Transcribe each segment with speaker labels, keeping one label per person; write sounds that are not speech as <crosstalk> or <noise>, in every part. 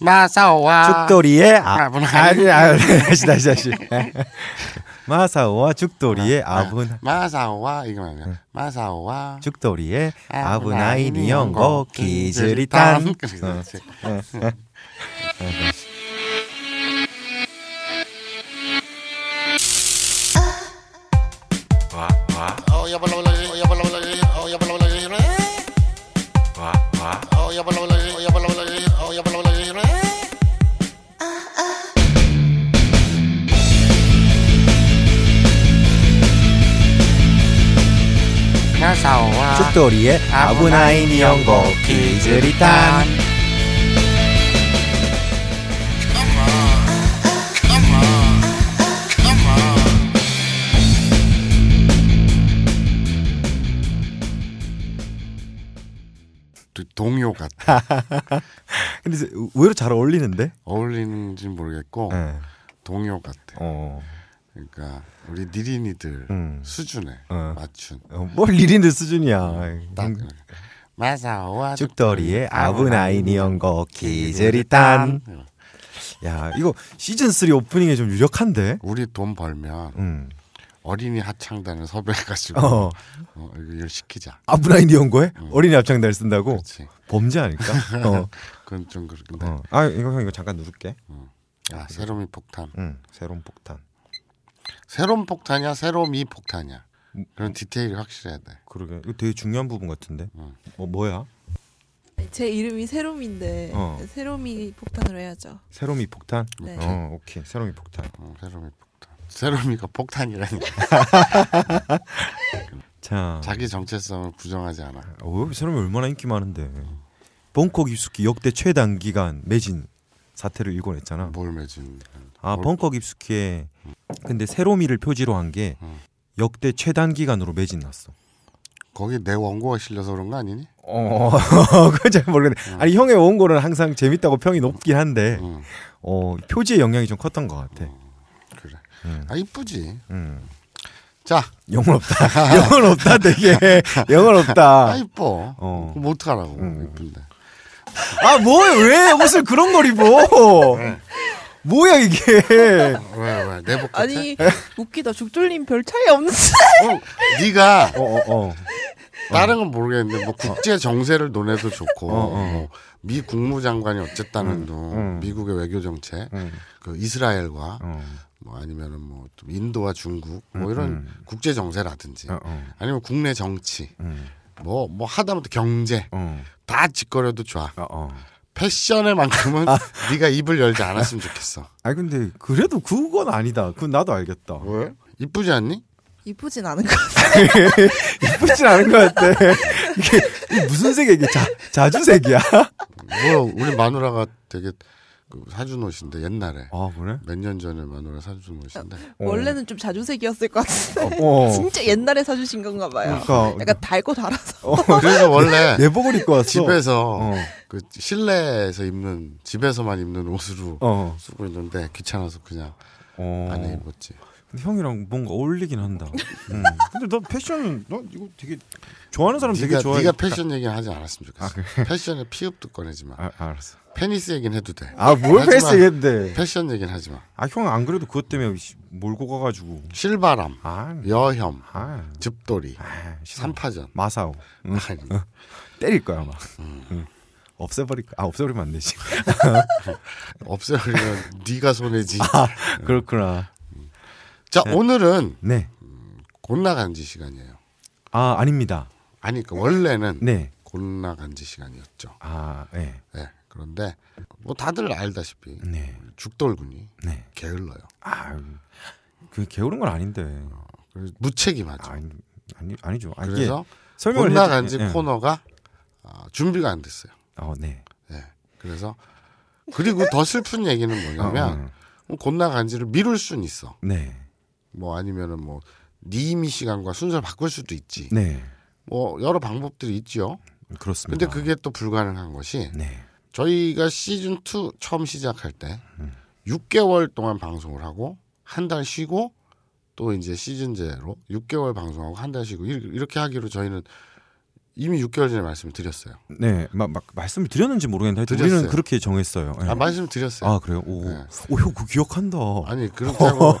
Speaker 1: 마사오와
Speaker 2: 죽돌이의
Speaker 1: 아,
Speaker 2: 아,
Speaker 1: 문-
Speaker 2: 아니, 아니, 다시 다시 다시. 예. 마사오와 죽돌이의 아분
Speaker 1: 마사오와 이거 말이야. 마사오와
Speaker 2: 죽돌이의 아부나이 니온고 기즈리탄. 어.
Speaker 1: 그렇지. 마사오와
Speaker 2: 죽돌이의 아부나이 니온고 기즈리탄.
Speaker 1: 또그 동요 같아
Speaker 2: 근데 이제 의외로 잘 어울리는데.
Speaker 1: 어울리는지 모르겠고
Speaker 2: 예.
Speaker 1: 동요 같아
Speaker 2: 어.
Speaker 1: 그러니까 우리 니린이들
Speaker 2: 음.
Speaker 1: 수준에
Speaker 2: 어.
Speaker 1: 맞춘
Speaker 2: 어, 뭘 리린드 수준이야. 음,
Speaker 1: 딱 그러니까. 마사오와
Speaker 2: 죽돌이의 아부나이 니온고 기즈리탄. 야, 이거 시즌 3 오프닝에 좀 유력한데.
Speaker 1: 우리 돈 벌면
Speaker 2: 음.
Speaker 1: 어린이 하창단을 섭외해가지고
Speaker 2: 어.
Speaker 1: 어, 이걸 시키자
Speaker 2: 아브라인 이온거에 어린이 합창단을 쓴다고
Speaker 1: 그렇지
Speaker 2: 범죄 아닐까? <laughs> 어.
Speaker 1: 그건 좀 그렇긴데
Speaker 2: 어. 아 이거 형 이거 잠깐 누를게.
Speaker 1: 아 세롬이 폭탄
Speaker 2: 응. 새로운 폭탄.
Speaker 1: 세롬 폭탄이야 세롬이 폭탄이야
Speaker 2: 음.
Speaker 1: 그런 디테일이 확실해야 돼
Speaker 2: 그러게 이거 되게 중요한 부분 같은데.
Speaker 1: 응.
Speaker 2: 어 뭐야?
Speaker 3: 제 이름이 세롬인데
Speaker 2: 어.
Speaker 3: 세롬이 폭탄으로 해야죠.
Speaker 2: 새로미 폭탄.
Speaker 3: 네.
Speaker 2: 어 오케이 새로미 폭탄.
Speaker 1: 어, 세롬이 폭탄 세롬이가 폭탄이라니
Speaker 2: 어. 자.
Speaker 1: 자기 정체성을 부정하지 않아
Speaker 2: 어, 새로미 얼마나 인기 많은데. 벙커 깊숙이 역대 최단 기간 매진 사태를 일궈냈잖아.
Speaker 1: 뭘 맺은
Speaker 2: 아
Speaker 1: 음. 뭘-
Speaker 2: 벙커 깊숙이에 근데 새로미를 표지로 한 게
Speaker 1: 음.
Speaker 2: 역대 최단 기간으로 매진 났어.
Speaker 1: 거기 내 원고가 실려서 그런 거 아니니?
Speaker 2: 어, <laughs> 그건 잘 모르겠네. 아니 형의 원고는 항상 재밌다고 평이 높긴 한데
Speaker 1: 응
Speaker 2: 어, 표지의 영향이 좀 컸던 것 같아.
Speaker 1: 그래
Speaker 2: 음.
Speaker 1: 아 이쁘지
Speaker 2: 음.
Speaker 1: 자
Speaker 2: 영혼 <laughs> 없다. 영혼 없다 되게. 영혼
Speaker 1: 아
Speaker 2: 없다.
Speaker 1: 이뻐
Speaker 2: 어.
Speaker 1: 그럼 어떡하라고
Speaker 2: 음.
Speaker 1: 이쁜데
Speaker 2: 아, 뭐야? 왜 옷을 그런 걸 입어? 뭐야 이게?
Speaker 1: 왜왜
Speaker 2: 그
Speaker 1: 내복 같아?
Speaker 3: 아니 <laughs> 웃기다 죽돌님 별 차이 없는데 <laughs>
Speaker 1: 어, 네가
Speaker 2: 어, 어, 어.
Speaker 1: 다른 건 모르겠는데 뭐 국제 정세를 논해도 좋고
Speaker 2: 어, 어.
Speaker 1: 뭐미 국무장관이 어쨌다는 둥
Speaker 2: 음.
Speaker 1: 미국의 외교 정책
Speaker 2: 음.
Speaker 1: 그 이스라엘과
Speaker 2: 어.
Speaker 1: 뭐 아니면은 뭐좀 인도와 중국 뭐
Speaker 2: 음,
Speaker 1: 이런
Speaker 2: 음.
Speaker 1: 국제 정세라든지
Speaker 2: 어, 어.
Speaker 1: 아니면 국내 정치
Speaker 2: 음.
Speaker 1: 뭐 뭐 하다못해 경제
Speaker 2: 어.
Speaker 1: 다 짓거려도 좋아
Speaker 2: 어, 어.
Speaker 1: 패션에만큼은 <laughs> 네가 입을 열지 않았으면 좋겠어
Speaker 2: 아 근데 그래도 그건 아니다. 그건 나도 알겠다.
Speaker 1: 왜 이쁘지 않니
Speaker 3: 이쁘진 않은 것 같아.
Speaker 2: 이쁘진 않은 것 같아. <laughs> 이게, 이게 무슨 색이야? 이게 자, 자주색이야?
Speaker 1: 뭐 우리 마누라가 되게 그 사준 옷인데 옛날에
Speaker 2: 아 그래?
Speaker 1: 몇 년 전에 마누라 사준 옷인데
Speaker 2: 어.
Speaker 3: 원래는 좀 자주색이었을 것 같은데
Speaker 2: 어.
Speaker 3: 진짜 옛날에 사주신 건가 봐요.
Speaker 1: 아,
Speaker 2: 그러니까.
Speaker 3: 약간 달고
Speaker 1: <laughs>
Speaker 3: 달아서
Speaker 2: 어.
Speaker 1: 그래서 원래
Speaker 2: 내복을 입고 왔어.
Speaker 1: 집에서
Speaker 2: 어.
Speaker 1: 그 실내에서 입는 집에서만 입는 옷으로
Speaker 2: 어.
Speaker 1: 쓰고 있는데 귀찮아서 그냥
Speaker 2: 어.
Speaker 1: 안에 입었지.
Speaker 2: 근데 형이랑 뭔가 어울리긴
Speaker 1: <laughs>
Speaker 2: 한다. 음. 근데 너 패션 너 이거 되게 좋아하는 사람 되게
Speaker 1: 네가,
Speaker 2: 좋아해.
Speaker 1: 네가 패션 얘기는 하지 않았으면 좋겠어.
Speaker 2: 아,
Speaker 1: 패션에 피읍도 꺼내지 마.
Speaker 2: 아, 알았어.
Speaker 1: 페니스 얘기는 해도 돼.
Speaker 2: 아뭘 네.
Speaker 1: 하지 마.
Speaker 2: 패스겠는데.
Speaker 1: 패션 얘기는 하지 마.
Speaker 2: 아 형 안 그래도 그것 때문에 씨, 몰고 가가지고.
Speaker 1: 실바람,
Speaker 2: 아,
Speaker 1: 여혐,
Speaker 2: 아,
Speaker 1: 집돌이,
Speaker 2: 아 싫어.
Speaker 1: 삼파전.
Speaker 2: 마사오 음,
Speaker 1: 아니,
Speaker 2: 때릴 거야 아마. 음. 없애버릴 거- 아 없애버리면 안 되지.
Speaker 1: 없애버리면 네가 손해지.
Speaker 2: 아,
Speaker 1: 음.
Speaker 2: 그렇구나.
Speaker 1: 자 오늘은
Speaker 2: 네.
Speaker 1: 곤나간지 시간이에요.
Speaker 2: 아 아닙니다.
Speaker 1: 아니 그러니까 원래는
Speaker 2: 네.
Speaker 1: 곤나간지 시간이었죠.
Speaker 2: 아 네.
Speaker 1: 예. 그런데 뭐 다들 알다시피
Speaker 2: 네.
Speaker 1: 죽돌군이
Speaker 2: 네.
Speaker 1: 게을러요.
Speaker 2: 아그 게으른 건 아닌데.
Speaker 1: 그래서 무책임하죠.
Speaker 2: 아니 아니 아니죠. 아, 이게
Speaker 1: 그래서
Speaker 2: 설명을 해드-
Speaker 1: 곤나간지
Speaker 2: 예, 예.
Speaker 1: 코너가 아, 준비가 안 됐어요.
Speaker 2: 어 네.
Speaker 1: 예. 그래서 그리고 더 슬픈 얘기는
Speaker 2: 어,
Speaker 1: 뭐냐면 곤나간지를 미룰 순 있어.
Speaker 2: 음, 네.
Speaker 1: 뭐 아니면은 뭐 니미 시간과 순서를 바꿀 수도 있지.
Speaker 2: 네.
Speaker 1: 뭐 여러 방법들이 있죠. 근데 그
Speaker 2: 그렇습니다.
Speaker 1: 그게 또 불가능한 것이
Speaker 2: 네.
Speaker 1: 저희가 시즌 2 처음 시작할 때 6개월 동안 방송을 하고 한 달 쉬고 또 이제 시즌제로 6개월 방송하고 한 달 쉬고 이- 이렇게 하기로 저희는 이미 6개월 전에 말씀을 드렸어요.
Speaker 2: 네, 막, 막 말씀을 드렸는지 모르겠는데 하여튼 우리는
Speaker 1: 드렸어요.
Speaker 2: 그렇게 정했어요. 예.
Speaker 1: 아, 말씀 드렸어요.
Speaker 2: 아, 그래요? 오,
Speaker 1: 네.
Speaker 2: 오, 형 그거 기억한다.
Speaker 1: 아니
Speaker 2: 어.
Speaker 1: 그렇다고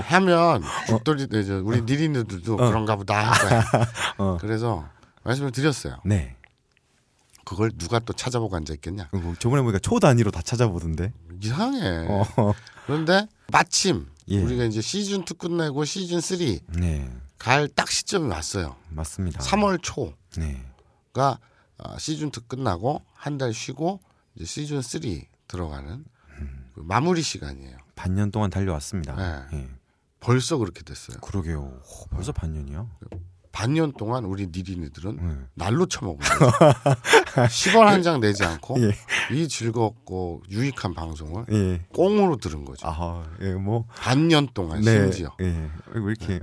Speaker 1: 하면 죽돌이 네, 저 우리 니린이들도 그런가 보다 할 거야.
Speaker 2: <laughs> 어.
Speaker 1: 그래서 말씀을 드렸어요.
Speaker 2: 네.
Speaker 1: 그걸 누가 또 찾아보고 앉아 있겠냐?
Speaker 2: 그리고 저번에 보니까 초 단위로 다 찾아보던데.
Speaker 1: 이상해.
Speaker 2: 어, <laughs>
Speaker 1: 그런데 마침
Speaker 2: 예.
Speaker 1: 우리가 이제 시즌 2 끝내고 시즌 3
Speaker 2: 네,
Speaker 1: 갈 딱 시점이 왔어요.
Speaker 2: 맞습니다.
Speaker 1: 3월 초가
Speaker 2: 네,
Speaker 1: 아, 시즌 2 끝나고 한 달 쉬고 이제 시즌 3 들어가는 그 마무리 시간이에요.
Speaker 2: 반년 동안 달려왔습니다.
Speaker 1: 네.
Speaker 2: 예.
Speaker 1: 벌써 그렇게 됐어요.
Speaker 2: 그러게요. 오, 벌써 반년이요.
Speaker 1: 반년 동안 우리 니린이들은
Speaker 2: 네.
Speaker 1: 날로 쳐먹은 거죠.
Speaker 2: <laughs>
Speaker 1: 10원 한 장 내지 않고
Speaker 2: 예.
Speaker 1: 이 즐겁고 유익한 방송을
Speaker 2: 예.
Speaker 1: 꽁으로 들은 거죠.
Speaker 2: 아, 예, 뭐.
Speaker 1: 반년 동안 심지어.
Speaker 2: 예. 왜 이렇게 예.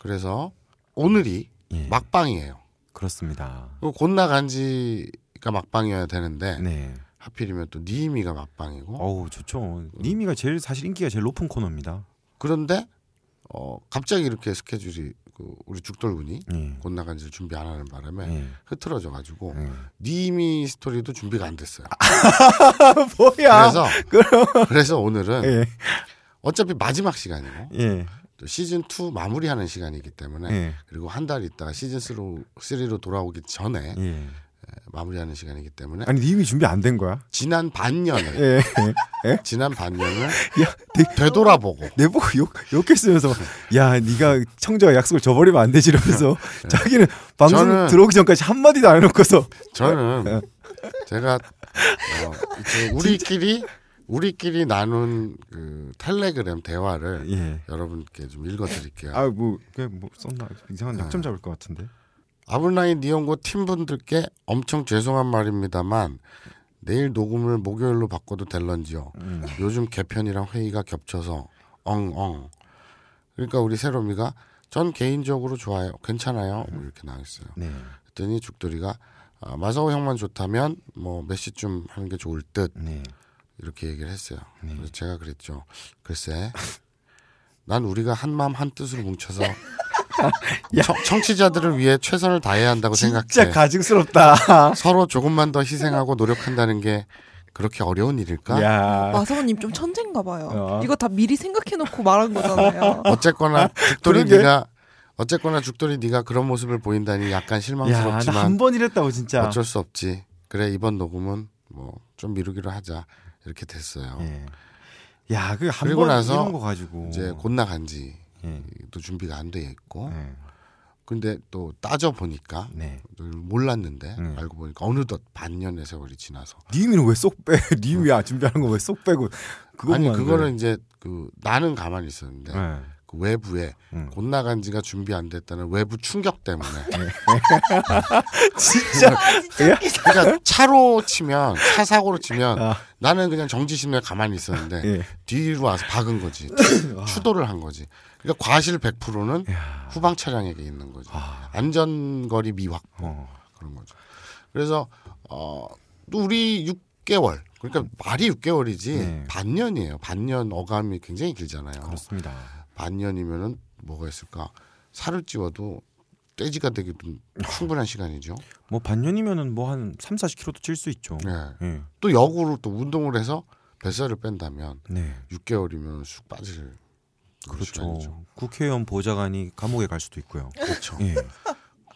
Speaker 1: 그래서 오늘이
Speaker 2: 예.
Speaker 1: 네. 막방이에요.
Speaker 2: 그렇습니다.
Speaker 1: 그리고 곧 나간 지가 막방이어야 되는데
Speaker 2: 네.
Speaker 1: 하필이면 또 니이미가 막방이고
Speaker 2: 어우, 좋죠. 니미가 제일 사실 인기가 제일 높은 코너입니다.
Speaker 1: 그런데 어 갑자기 이렇게 스케줄이 그 우리 죽돌군이
Speaker 2: 예.
Speaker 1: 곧 나간 지를 준비 안 하는 바람에
Speaker 2: 예.
Speaker 1: 흐트러져 가지고
Speaker 2: 예.
Speaker 1: 니이미 스토리도 준비가 안 됐어요.
Speaker 2: 뭐야?
Speaker 1: 그래서
Speaker 2: <laughs>
Speaker 1: 그래서 오늘은
Speaker 2: 아, 예.
Speaker 1: 어차피 마지막 시간이고
Speaker 2: 예.
Speaker 1: 또 시즌 2 마무리하는 시간이기 때문에
Speaker 2: 예.
Speaker 1: 그리고 한 달 있다가 시즌 3로, 3로 돌아오기 전에
Speaker 2: 예.
Speaker 1: 마무리하는 시간이기 때문에
Speaker 2: 아니 님이 준비 안 된 거야?
Speaker 1: 지난 반년을
Speaker 2: 예.
Speaker 1: 지난 반년을
Speaker 2: 야, 내,
Speaker 1: 되돌아보고
Speaker 2: 내보고 욕 욕했으면서 야, 네가 청자와 약속을 저버리면 안
Speaker 1: <laughs>
Speaker 2: 되지 이러면서 자기는 방송
Speaker 1: 네. 저는-
Speaker 2: 들어오기 전까지 한 마디도 안 해놓고서 네.
Speaker 1: 저는 제가 어,
Speaker 2: <laughs>
Speaker 1: 이제 우리끼리 우리끼리 나눈 그 텔레그램 대화를
Speaker 2: 예.
Speaker 1: 여러분께 좀 읽어드릴게요.
Speaker 2: 아, 뭐 그냥 뭐 썼나 이상한
Speaker 1: 네.
Speaker 2: 약점 잡을 것 같은데.
Speaker 1: 아브라인 니온고 팀분들께 엄청 죄송한 말입니다만 내일 녹음을 목요일로 바꿔도 될런지요.
Speaker 2: 음.
Speaker 1: 요즘 개편이랑 회의가 겹쳐서 엉엉. 그러니까 우리 세롬이가 전 개인적으로 좋아요. 괜찮아요. 뭐 이렇게 나왔어요.
Speaker 2: 네.
Speaker 1: 그랬더니 죽돌이가 아, 마사오 형만 좋다면 뭐 몇 시쯤 하는 게 좋을 듯
Speaker 2: 네.
Speaker 1: 이렇게 얘기를 했어요. 그래서 제가 그랬죠. 글쎄, 난 우리가 한 마음 한 뜻으로
Speaker 2: <laughs>
Speaker 1: 뭉쳐서 청- 청취자들을 위해 최선을 다해야 한다고
Speaker 2: 진짜
Speaker 1: 뭐 생각해.
Speaker 2: 가증스럽다.
Speaker 1: 서로 조금만 더 희생하고 노력한다는 게 그렇게 어려운 일일까?
Speaker 2: <laughs> 야.
Speaker 3: 마성원님 좀 천재인가 봐요.
Speaker 2: 어.
Speaker 3: 이거 다 미리 생각해놓고 말한 거잖아요.
Speaker 1: 어쨌거나 죽돌이
Speaker 2: 그러게.
Speaker 1: 네가 어쨌거나 죽돌이 네가 그런 모습을 보인다니 약간
Speaker 2: 야, 나 한
Speaker 1: 실망스럽지만
Speaker 2: 번 이랬다고 진짜.
Speaker 1: 아, 어쩔 수 없지. 그래 이번 녹음은 뭐 좀 미루기로 하자 이렇게 됐어요.
Speaker 2: 예. 야,
Speaker 1: 그리고
Speaker 2: 그한번
Speaker 1: 나서
Speaker 2: 이런 거 가지고
Speaker 1: 이제 곧 나간지도
Speaker 2: 예.
Speaker 1: 준비가 안 돼 있고
Speaker 2: 예.
Speaker 1: 근데 또 따져 보니까
Speaker 2: 네.
Speaker 1: 몰랐는데
Speaker 2: 음.
Speaker 1: 알고 보니까 어느덧 반년의 세월이 지나서
Speaker 2: 님이는 왜 쏙 빼? <laughs> 님이야 준비하는 거 왜 쏙 빼고 그거
Speaker 1: 아니 그거는 이제 그 나는 가만히 있었는데
Speaker 2: 네.
Speaker 1: 그 외부에
Speaker 2: 음. 아,
Speaker 1: 곧 나간 지가 준비 안 됐다는 외부 충격 때문에
Speaker 2: <laughs> 네. 진짜
Speaker 1: 그러니까 차로 치면 차 사고로 치면
Speaker 2: 아.
Speaker 1: 나는 그냥 정지심에 가만히 있었는데
Speaker 2: 예.
Speaker 1: 뒤로 와서 박은
Speaker 2: <laughs>
Speaker 1: 거지 추돌을 한 거지 그러니까 과실 100%는
Speaker 2: 야.
Speaker 1: 후방 차량에게 있는 거죠
Speaker 2: 아.
Speaker 1: 안전거리 미확
Speaker 2: 어.
Speaker 1: 그런 거죠. 그래서 어, 또 우리 6개월 그러니까 말이 6개월이지
Speaker 2: 네.
Speaker 1: 반년이에요. 반년 어감이 굉장히 길잖아요.
Speaker 2: 그렇습니다.
Speaker 1: 반년이면은 뭐가 있을까? 살을 찌워도 돼지가 되기 충분한 시간이죠.
Speaker 2: 뭐 반년이면은 뭐 한 3, 40kg도 찔 수 있죠.
Speaker 1: 예.
Speaker 2: 예.
Speaker 1: 또 역으로 또 운동을 해서 뱃살을 뺀다면
Speaker 2: 네.
Speaker 1: 6개월이면 쑥 빠질 시간이죠.
Speaker 2: 그렇죠. 국회의원 보좌관이 감옥에 갈 수도 있고요.
Speaker 1: 그렇죠.
Speaker 2: 예.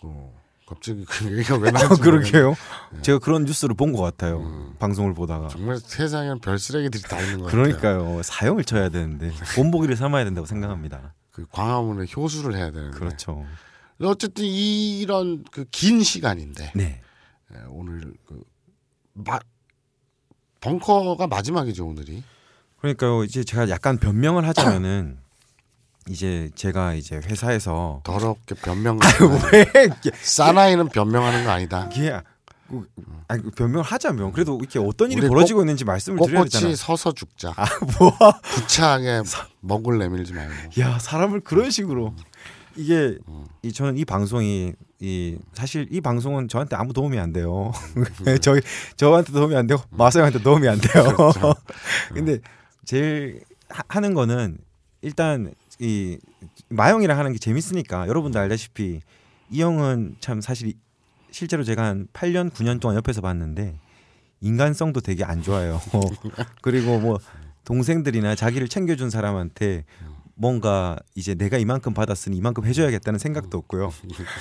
Speaker 1: 어, 갑자기 그 얘기가 왜
Speaker 2: <laughs> 아,
Speaker 1: 나왔지?
Speaker 2: 그러게요. 제가 그런 뉴스를 본 것 같아요. 방송을 보다가.
Speaker 1: 정말 세상에는 별 쓰레기들이 다 있는 거 같아요.
Speaker 2: 그러니까요. 사형을 쳐야 되는데 본보기를 삼아야 된다고 생각합니다.
Speaker 1: 그 광화문에 효수를 해야 되는데
Speaker 2: 그렇죠.
Speaker 1: 어쨌든 이런 그 긴 시간인데
Speaker 2: 네.
Speaker 1: 예, 오늘 그 마, 벙커가 마지막이죠 오늘이
Speaker 2: 그러니까요. 이제 제가 약간 변명을 하자면은 이제 제가 이제 회사에서
Speaker 1: 더럽게
Speaker 2: 아유,
Speaker 1: 변명을
Speaker 2: 왜 이게-
Speaker 1: 사나이는 변명하는 거 아니다
Speaker 2: 이게 그- 아니 그 변명을 하자면 그래도 이렇게 어떤 일이
Speaker 1: 우리
Speaker 2: 벌어지고 있는지 말씀을 드려야 음, 되잖아.
Speaker 1: 꼿꼿이 서서 죽자
Speaker 2: 아 뭐?
Speaker 1: 구차하게 먹을 내밀지 말고
Speaker 2: 야 사람을 그런 식으로 이게 이 저는 이 방송이 이 사실 이 방송은 저한테 아무 도움이 안 돼요. <laughs> 네, 저희 저한테 도움이 안 되고 마사형한테 도움이 안 돼요. <laughs> 근데 제일 하, 하는 거는 일단 이 마영이랑 하는 게 재밌으니까 여러분도 알다시피 이 형은 참 사실 실제로 제가 한 8년 9년 동안 옆에서 봤는데 인간성도 되게 안 좋아요. <laughs> 그리고 뭐 동생들이나 자기를 챙겨준 사람한테 뭔가 이제 내가 이만큼 받았으니 이만큼 해줘야겠다는 생각도 없고요.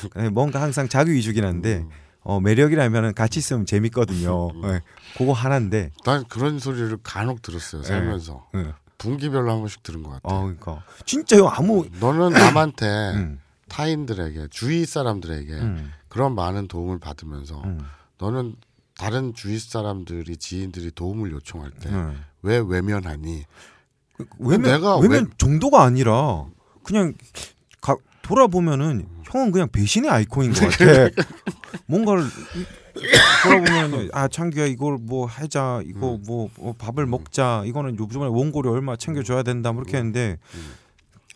Speaker 2: 그다음에 뭔가 항상 자기 위주긴 한데 어, 매력이라면 같이 있으면 재밌거든요. 예, 그거 하나인데.
Speaker 1: 난 그런 소리를 간혹 들었어요. 살면서
Speaker 2: 예.
Speaker 1: 분기별로 한 번씩 들은 것 같아.
Speaker 2: 어, 그러니까 진짜요 아무
Speaker 1: 너는 남한테
Speaker 2: 음,
Speaker 1: 타인들에게 주위 사람들에게
Speaker 2: 음,
Speaker 1: 그런 많은 도움을 받으면서
Speaker 2: 음,
Speaker 1: 너는 다른 주위 사람들이 지인들이 도움을 요청할 때 왜
Speaker 2: 음.
Speaker 1: 외면하니?
Speaker 2: 그- 외면
Speaker 1: 내가
Speaker 2: 외면 정도가 아니라 그냥 가- 돌아보면은 형은 그냥 배신의 아이콘인 것
Speaker 1: <laughs>
Speaker 2: 같아. 뭔가를 이- 돌아보면 아 창규야 이걸 뭐 하자 이거
Speaker 1: 음.
Speaker 2: 뭐, 뭐 밥을 먹자 이거는 요즘에 원고료 얼마 챙겨줘야 된다 뭐
Speaker 1: 음.
Speaker 2: 이렇게 했는데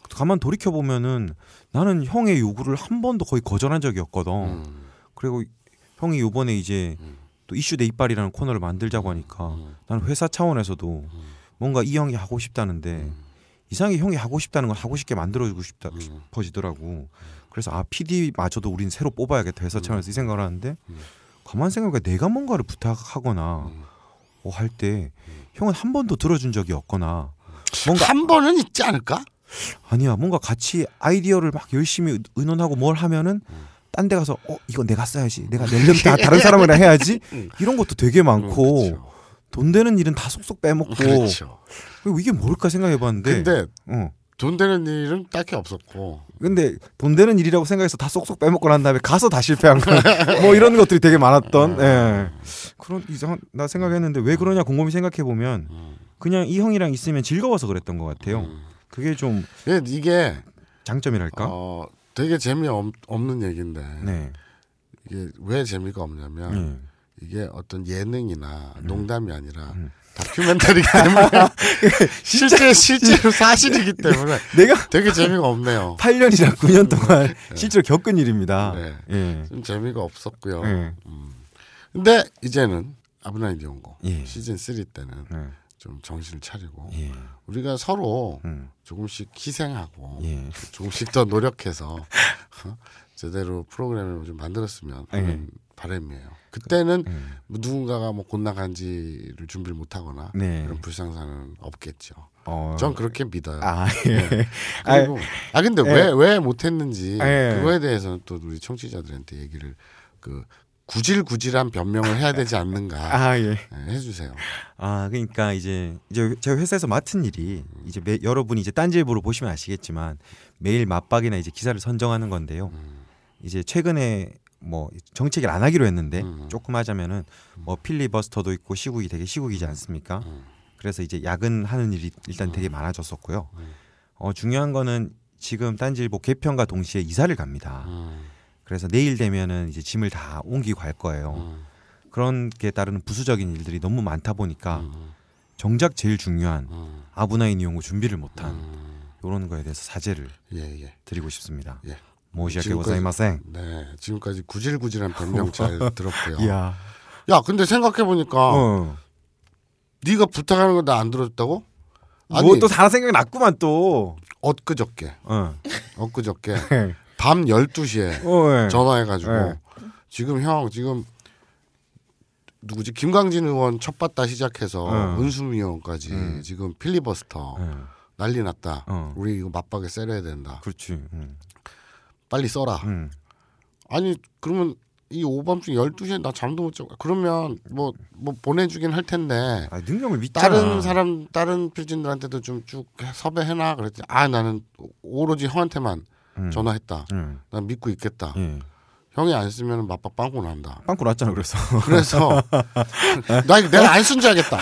Speaker 2: 가만 돌이켜 보면은 나는 형의 요구를 한 번도 거의 거절한 적이 없거든.
Speaker 1: 음,
Speaker 2: 그리고 형이 요번에 이제
Speaker 1: 음.
Speaker 2: 또 이슈 내 이빨이라는 코너를 만들자고 하니까
Speaker 1: 음.
Speaker 2: 나는 회사 차원에서도 뭔가 이 형이 하고 싶다는데 이상하게 형이 하고 싶다는 걸 하고 싶게 만들어주고 싶다
Speaker 1: 음.
Speaker 2: 싶어지더라고. 그래서 아 PD마저도 우린 새로 뽑아야겠다 회사 차원에서 이 생각을 하는데
Speaker 1: 음.
Speaker 2: 가만 생각해 내가 뭔가를 부탁하거나
Speaker 1: 음.
Speaker 2: 뭐 할 때 형은 한 번도 들어준 적이 없거나
Speaker 1: 음.
Speaker 2: 뭔가
Speaker 1: 한 번은 있지 않을까?
Speaker 2: 아니야 뭔가 같이 아이디어를 막 열심히 의논하고 뭘 하면은
Speaker 1: 음.
Speaker 2: 딴 데 가서 어 이거 내가 써야지
Speaker 1: <laughs>
Speaker 2: 내가 낼름 다 다른 사람이랑 해야지 이런 것도 되게 많고
Speaker 1: 음, 그렇죠.
Speaker 2: 돈 되는 일은 다 속속 빼먹고
Speaker 1: 그렇죠. 네.
Speaker 2: 그리고 이게 뭘까 생각해봤는데
Speaker 1: 근데
Speaker 2: 어.
Speaker 1: 돈 되는 일은 딱히 없었고
Speaker 2: 근데 돈 되는 일이라고 생각해서 다 쏙쏙 빼먹고 난 다음에 가서 다 실패한
Speaker 1: <laughs>
Speaker 2: 거뭐 이런 것들이 되게
Speaker 1: 음.
Speaker 2: 많았던 예. 그런 이상한 나 생각했는데 왜 그러냐 곰곰이 생각해 보면
Speaker 1: 음.
Speaker 2: 그냥 이 형이랑 있으면 즐거워서 그랬던 것 같아요. 그게 좀
Speaker 1: 예, 이게
Speaker 2: 장점이랄까.
Speaker 1: 어, 되게 재미없는 얘기인데
Speaker 2: 네.
Speaker 1: 이게 왜 재미가 없냐면
Speaker 2: 네.
Speaker 1: 이게 어떤 예능이나 농담이 아니라
Speaker 2: 음.
Speaker 1: <laughs> 다큐멘터리기 때문에 네. 실제 실제로 사실이기 때문에
Speaker 2: 내가
Speaker 1: 되게 재미가 없네요.
Speaker 2: 8년이나 9년 동안 실제로 겪은 일입니다.
Speaker 1: 네. 어.
Speaker 2: 예.
Speaker 1: 좀 재미가 없었고요.
Speaker 2: 예.
Speaker 1: 근데 이제는 아브나이 디온고
Speaker 2: 예.
Speaker 1: 시즌 3 때는
Speaker 2: 예.
Speaker 1: 좀 정신을 차리고
Speaker 2: 예.
Speaker 1: 우리가 서로
Speaker 2: 음.
Speaker 1: 조금씩 희생하고
Speaker 2: 예.
Speaker 1: 조금씩 더 노력해서 어? 제대로 프로그램을 좀 만들었으면 하는
Speaker 2: 예.
Speaker 1: 바람이에요. 그때는
Speaker 2: 음.
Speaker 1: 뭐 누군가가 뭐 곤나간지를 준비를 못하거나
Speaker 2: 네.
Speaker 1: 이런 불상사는 없겠죠.
Speaker 2: 어.
Speaker 1: 전 그렇게 믿어요.
Speaker 2: 아 예. 아,
Speaker 1: 그리고 아 근데 왜 왜 못했는지
Speaker 2: 예.
Speaker 1: 그거에 대해서는 또 우리 청취자들한테 얘기를 그 구질구질한 변명을 해야 되지 않는가
Speaker 2: 아 예.
Speaker 1: 예, 해주세요.
Speaker 2: 아 그러니까 이제 이제 제 회사에서 맡은 일이 이제 매, 여러분이 이제 딴지일보로 보시면 아시겠지만 매일 맞박이나 이제 기사를 선정하는 건데요.
Speaker 1: 음.
Speaker 2: 이제 최근에 뭐 정책을 안 하기로 했는데
Speaker 1: 음.
Speaker 2: 조금 하자면은 뭐 필리버스터도 있고 시국이 되게 시국이지 않습니까?
Speaker 1: 음.
Speaker 2: 그래서 이제 야근하는 일이 일단 되게 많아졌었고요.
Speaker 1: 음.
Speaker 2: 어 중요한 거는 지금 딴지일보 개편과 동시에 이사를 갑니다.
Speaker 1: 음,
Speaker 2: 그래서 내일 되면은 이제 짐을 다 옮기고 갈 거예요.
Speaker 1: 음,
Speaker 2: 그런 게 따르는 부수적인 일들이 너무 많다 보니까
Speaker 1: 음,
Speaker 2: 정작 제일 중요한
Speaker 1: 음,
Speaker 2: 아브나인 이용고 준비를 못한
Speaker 1: 음.
Speaker 2: 이런 거에 대해서 사죄를
Speaker 1: 예 예.
Speaker 2: 드리고 싶습니다.
Speaker 1: 예.
Speaker 2: 모시아케
Speaker 1: 지금까지-
Speaker 2: 고사이마생.
Speaker 1: 네 지금까지
Speaker 2: <laughs>
Speaker 1: 구질구질한 변명 잘 들었고요.
Speaker 2: 이야.
Speaker 1: 야 근데 생각해 보니까
Speaker 2: 예. 어.
Speaker 1: 네가 부탁하는 거 나 안 들어줬다고? 아니
Speaker 2: 뭐또 하나 생각 났구만 또.
Speaker 1: 엊그저께
Speaker 2: 어.
Speaker 1: 엊그저께
Speaker 2: <laughs> 예.
Speaker 1: 밤 12시에
Speaker 2: 어, 예.
Speaker 1: 전화해가지고
Speaker 2: 네.
Speaker 1: 지금 형 지금 누구지 김광진 의원 첫 봤다 시작해서
Speaker 2: 응.
Speaker 1: 은수미 의원까지
Speaker 2: 응.
Speaker 1: 지금 필리버스터
Speaker 2: 어. 음. 예.
Speaker 1: 난리 났다.
Speaker 2: 어.
Speaker 1: 우리 이거 맞박에 썰어야 된다.
Speaker 2: 그렇지. 음.
Speaker 1: 빨리 써라.
Speaker 2: 음.
Speaker 1: 아니 그러면 이 오밤중 12시에 나 잠도 못 자고 그러면 뭐 뭐 보내주긴 할 텐데
Speaker 2: 아, 능력을 믿잖아.
Speaker 1: 다른 사람 다른 필진들한테도 좀 쭉 섭외해놔 그랬지 아 나는 오로지 형한테만
Speaker 2: 음.
Speaker 1: 전화했다
Speaker 2: 음.
Speaker 1: 난 믿고 있겠다
Speaker 2: 예.
Speaker 1: 형이 안 쓰면 맞박 빵꾸 난다
Speaker 2: 빵꾸 났잖아 그래서.
Speaker 1: 그래서 <laughs> 나 이거 내가 안 쓴 줄 알겠다.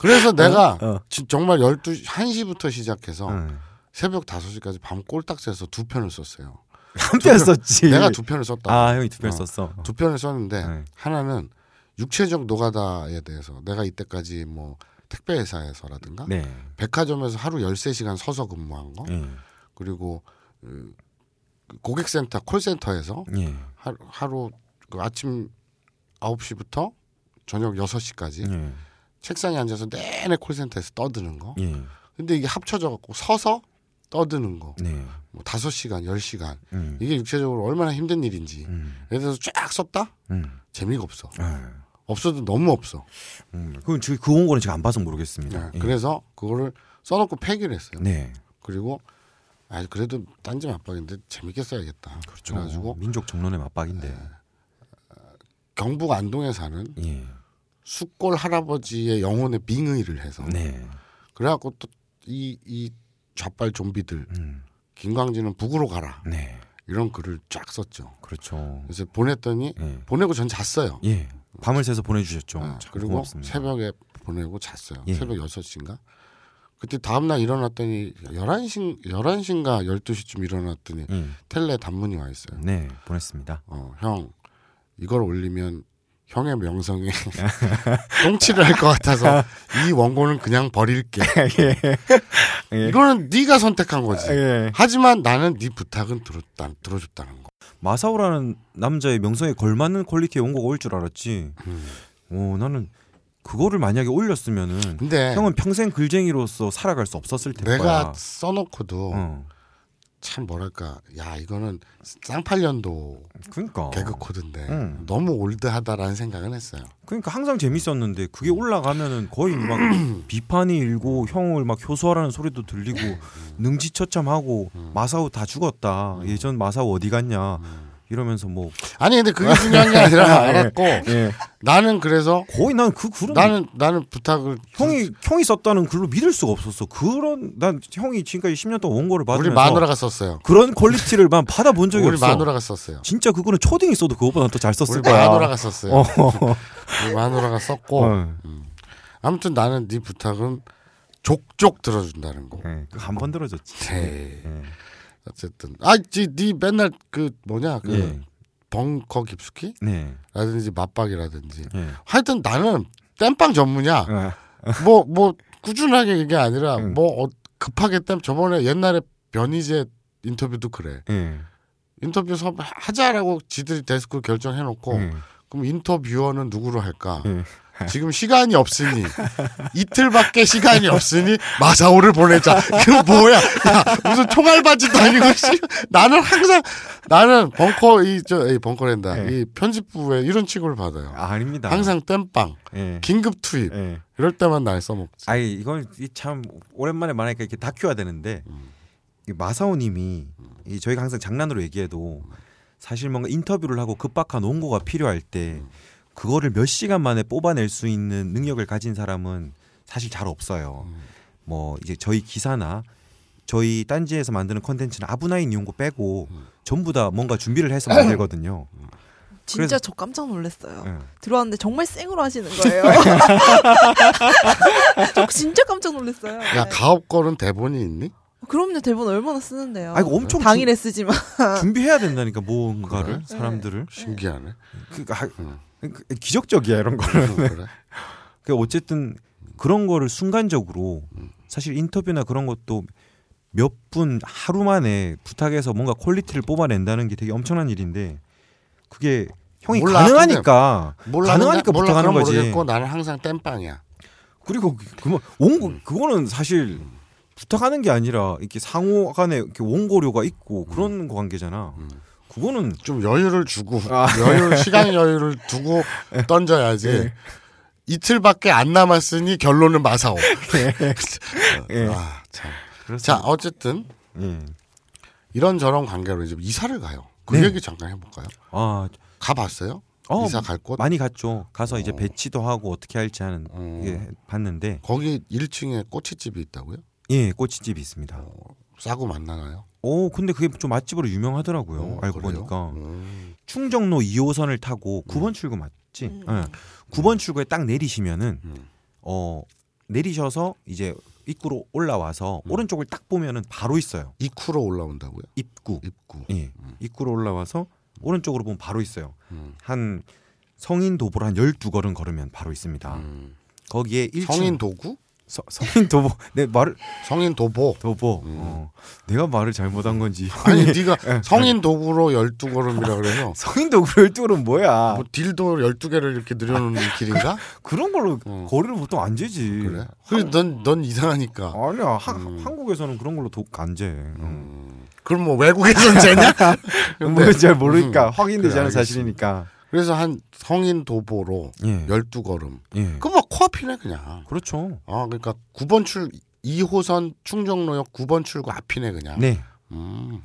Speaker 1: 그래서 내가
Speaker 2: 어.
Speaker 1: 지- 정말 12시 1시부터 시작해서
Speaker 2: 음.
Speaker 1: 새벽 5시까지 밤 꼴딱 새서 두 편을 썼어요.
Speaker 2: 한편 썼지.
Speaker 1: 내가 두 편을 썼다.
Speaker 2: 아 형이 두
Speaker 1: 어.
Speaker 2: 편 썼어.
Speaker 1: 두 편을 썼는데
Speaker 2: 네.
Speaker 1: 하나는 육체적 노가다에 대해서 내가 이때까지 뭐 택배 회사에서라든가
Speaker 2: 네.
Speaker 1: 백화점에서 하루 13시간 서서 근무한 거
Speaker 2: 예.
Speaker 1: 그리고 음, 고객센터 콜센터에서
Speaker 2: 예.
Speaker 1: 하루, 하루 그 아침 9시부터 저녁 6시까지
Speaker 2: 예.
Speaker 1: 책상에 앉아서 내내 콜센터에서 떠드는 거.
Speaker 2: 예.
Speaker 1: 근데 이게 합쳐져 갖고 서서 떠드는 거.
Speaker 2: 네.
Speaker 1: 뭐 5시간, 10시간.
Speaker 2: 음.
Speaker 1: 이게 육체적으로 얼마나 힘든 일인지.
Speaker 2: 음.
Speaker 1: 예를 들어서 쫙 썼다?
Speaker 2: 음.
Speaker 1: 재미가 없어.
Speaker 2: 아,
Speaker 1: 없어도 너무 없어.
Speaker 2: 음. 그건 지금 그온 거는 제가 안 봐서 모르겠습니다. 예.
Speaker 1: 네, 그래서 그거를 써놓고 폐기를 했어요.
Speaker 2: 네.
Speaker 1: 그리고 아 그래도 딴지 맞박인데 재밌게 써야겠다.
Speaker 2: 그렇죠.
Speaker 1: 그래가지고
Speaker 2: 어, 민족 정론의 맞박인데.
Speaker 1: 경북 안동에 사는
Speaker 2: 예.
Speaker 1: 숙골 할아버지의 영혼에 빙의를 해서
Speaker 2: 네.
Speaker 1: 그래갖고 또 이 이 좌빨 좀비들
Speaker 2: 음.
Speaker 1: 김광진은 북으로 가라
Speaker 2: 네.
Speaker 1: 이런 글을 쫙 썼죠.
Speaker 2: 그렇죠.
Speaker 1: 그래서 보냈더니
Speaker 2: 예.
Speaker 1: 보내고 전 잤어요.
Speaker 2: 예. 밤을 새서 보내 주셨죠.
Speaker 1: 아, 그리고 새벽에 보내고 잤어요.
Speaker 2: 음, 예.
Speaker 1: 새벽 6시인가? 그때 다음날 일어났더니 11시, 11시인가 12시쯤 일어났더니
Speaker 2: 예.
Speaker 1: 텔레 단문이 와 있어요.
Speaker 2: 네, 보냈습니다.
Speaker 1: 어, 형, 이걸 올리면 형의 명성에 <laughs> 똥칠을 할 것
Speaker 2: <laughs>
Speaker 1: 같아서 이 원고는 그냥 버릴게.
Speaker 2: 예.
Speaker 1: 이거는 네가 선택한 거지.
Speaker 2: 예.
Speaker 1: 하지만 나는 네 부탁은 들었다, 들어줬다는 거.
Speaker 2: 마사오라는 남자의 명성에 걸맞는 퀄리티의 원고가 올 줄 알았지.
Speaker 1: 음.
Speaker 2: 오, 나는 그거를 만약에 올렸으면은
Speaker 1: 근데
Speaker 2: 형은 평생 글쟁이로서 살아갈 수 없었을 텐데.
Speaker 1: 네. 내가 써놓고도
Speaker 2: 어.
Speaker 1: 참 뭐랄까 야 이거는 쌍팔년도
Speaker 2: 그러니까.
Speaker 1: 개그 코드인데
Speaker 2: 음.
Speaker 1: 너무 올드하다라는 생각은 했어요.
Speaker 2: 그러니까 항상 재밌었는데 그게 올라가면은 거의 막
Speaker 1: <clears throat>
Speaker 2: 비판이 일고 형을 막 효소하라는 소리도 들리고 능지처참하고
Speaker 1: 음.
Speaker 2: 마사오 다 죽었다. 예전 마사오 어디 갔냐
Speaker 1: 음.
Speaker 2: 이러면서 뭐
Speaker 1: 아니 근데
Speaker 2: <laughs>
Speaker 1: 그게 중요한 게 아니라 알았고
Speaker 2: 예.
Speaker 1: 나는 그래서
Speaker 2: 거의 난 그 글은
Speaker 1: 나는 나는 부탁을
Speaker 2: 형이 형이 썼다는 글로 믿을 수가 없었어. 그런 난 형이 지금까지 10년 동안 원고를
Speaker 1: 우리
Speaker 2: 받으면서
Speaker 1: 마누라가 썼어요.
Speaker 2: 그런 퀄리티를 만 받아본 적이
Speaker 1: 우리
Speaker 2: 없어.
Speaker 1: 마누라가 썼어요.
Speaker 2: 진짜 그거는 초딩이 써도 그거보다 더 잘
Speaker 1: 우리
Speaker 2: 썼을 거야.
Speaker 1: 마누라가 뭐. 썼어요.
Speaker 2: 어.
Speaker 1: <laughs> 우리 마누라가 썼고
Speaker 2: 어.
Speaker 1: 아무튼 나는 네 부탁은 족족 들어준다는 거.
Speaker 2: 예. 한번 들어줬지.
Speaker 1: 네.
Speaker 2: 예.
Speaker 1: 어쨌든 아네 맨날 그 뭐냐 그
Speaker 2: 예.
Speaker 1: 벙커 깊숙이
Speaker 2: 네.
Speaker 1: 라든지 맞박이라든지
Speaker 2: 예.
Speaker 1: 하여튼 나는 땜빵 전문이야.
Speaker 2: 아,
Speaker 1: 뭐 뭐 꾸준하게 이게 아니라
Speaker 2: 응.
Speaker 1: 뭐 어- 급하게 땜 저번에 옛날에 변희재 인터뷰도 그래
Speaker 2: 예.
Speaker 1: 인터뷰 섭 하자라고 지들이 데스크 결정해 놓고
Speaker 2: 예.
Speaker 1: 그럼 인터뷰어는 누구로 할까
Speaker 2: 응.
Speaker 1: 지금 시간이 없으니 이틀밖에 시간이 없으니 마사오를 보내자 이거 뭐야 야, 무슨 총알바지도 아니고 씨. 나는 항상 나는 벙커 이저 벙커랜다
Speaker 2: 네.
Speaker 1: 이 편집부에 이런 취급을 받아요
Speaker 2: 아, 아닙니다.
Speaker 1: 항상 땜빵
Speaker 2: 예.
Speaker 1: 긴급 투입
Speaker 2: 예.
Speaker 1: 이럴 때만 날 써먹지
Speaker 2: 아니 이건 이참 오랜만에 말하니까 이렇게 다큐화 되는데 이 마사오님이 이 저희가 항상 장난으로 얘기해도 사실 뭔가 인터뷰를 하고 급박한 원고가 필요할 때 그거를 몇 시간 만에 뽑아낼 수 있는 능력을 가진 사람은 사실 잘 없어요. 뭐 이제 저희 기사나 저희 딴지에서 만드는 컨텐츠는 아부나인 이용고 빼고 전부 다 뭔가 준비를 해서 만들거든요.
Speaker 3: 진짜
Speaker 2: 그래서-
Speaker 3: 저 깜짝 놀랐어요.
Speaker 2: 예.
Speaker 3: 들어왔는데 정말 쌩으로
Speaker 2: <laughs>
Speaker 3: 하시는 거예요. 저 진짜 깜짝 놀랐어요. 네.
Speaker 1: 야 가업걸은 대본이 있니?
Speaker 3: 그럼요 대본 얼마나 쓰는데요.
Speaker 2: 아 이거 엄청
Speaker 3: 당일에 쓰지만
Speaker 2: 주- 준비해야 된다니까 뭔가를
Speaker 1: 그래?
Speaker 2: 사람들을 <laughs>
Speaker 1: 신기하네.
Speaker 2: 그, 아,
Speaker 1: 음.
Speaker 2: 그- 기적적이야 이런 거는.
Speaker 1: 그래.
Speaker 2: <laughs> 그 어쨌든 그런 거를 순간적으로 사실 인터뷰나 그런 것도 몇 분 하루 만에 부탁해서 뭔가 퀄리티를 뽑아낸다는 게 되게 엄청난 일인데 그게 형이
Speaker 1: 몰라,
Speaker 2: 가능하니까
Speaker 1: 몰라.
Speaker 2: 가능하니까
Speaker 1: 몰라,
Speaker 2: 부탁하는
Speaker 1: 그건
Speaker 2: 거지.
Speaker 1: 모르겠고 나는 항상 땜빵이야.
Speaker 2: 그리고 그뭐 원고 그거는 사실 음. 부탁하는 게 아니라 이렇게 상호 간에 이렇게 원고료가 있고 그런 관계잖아. 그거는
Speaker 1: 좀 여유를 주고
Speaker 2: 아.
Speaker 1: 여유 시간 여유를 두고
Speaker 2: 예.
Speaker 1: 던져야지. 이틀밖에 안 남았으니 결론은 마사오.
Speaker 2: <laughs>
Speaker 1: <laughs>
Speaker 2: 예.
Speaker 1: 아 참.
Speaker 2: 그래서
Speaker 1: 자 어쨌든
Speaker 2: 예.
Speaker 1: 이런 저런 관계로 이제 이사를 가요. 그
Speaker 2: 네.
Speaker 1: 얘기 잠깐 해볼까요?
Speaker 2: 아
Speaker 1: 가봤어요?
Speaker 2: 어,
Speaker 1: 이사 갈 곳?
Speaker 2: 많이 갔죠. 가서 이제 배치도 하고 어. 어떻게 할지 하는 예, 봤는데
Speaker 1: 거기 1층에 꼬치집이 있다고요?
Speaker 2: 예 꼬치집이 있습니다.
Speaker 1: 싸고 만나나요?
Speaker 2: 오, 근데 그게 좀 맛집으로 유명하더라고요.
Speaker 1: 어,
Speaker 2: 알고
Speaker 1: 그래요?
Speaker 2: 보니까
Speaker 1: 음.
Speaker 2: 충정로 2호선을 타고 9번 출구 맞지?
Speaker 3: 음.
Speaker 2: 예. 9번 출구에 딱 내리시면은
Speaker 1: 음.
Speaker 2: 어 내리셔서 이제 입구로 올라와서
Speaker 1: 음.
Speaker 2: 오른쪽을 딱 보면은 바로 있어요.
Speaker 1: 입구로 올라온다고요?
Speaker 2: 입구.
Speaker 1: 입구.
Speaker 2: 예. 입구로 올라와서 오른쪽으로 보면 바로 있어요.
Speaker 1: 음.
Speaker 2: 한 성인 도보로 한 12걸음 걸으면 바로 있습니다.
Speaker 1: 음.
Speaker 2: 거기에 1층
Speaker 1: 성인 도구?
Speaker 2: 서, 성인 도보 내 말을
Speaker 1: 성인 도보.
Speaker 2: 도보 어. 내가 말을 잘못한 건지
Speaker 1: 음. 아니
Speaker 2: 예.
Speaker 1: 네가 성인 도구로 열두 걸음이라 그래서
Speaker 2: 성인 도구를 뚫은 뭐야
Speaker 1: 뭐 딜도 12개를 이렇게 늘여놓는 길인가?
Speaker 2: 그런 걸로
Speaker 1: 어.
Speaker 2: 거리를 보통 안 재지
Speaker 1: 아, 그래. 아. 음. 그넌넌 넌 이상하니까.
Speaker 2: 아니야 하- 한국에서는 그런 걸로 독 안재 음.
Speaker 1: 그럼 뭐 외국에선 재냐? 근데 음.
Speaker 2: 뭔잘 모르니까 확인되지
Speaker 1: 그래,
Speaker 2: 않은
Speaker 1: 알겠습니다.
Speaker 2: 사실이니까
Speaker 1: 그래서 한 성인 도보로
Speaker 2: 예.
Speaker 1: 열두 걸음.
Speaker 2: 예.
Speaker 1: 그럼 막 코앞이네 그냥.
Speaker 2: 그렇죠
Speaker 1: 아 그러니까 9번 출 2호선 충정로역 9번 출구 앞이네 그냥.
Speaker 2: 네
Speaker 1: 음,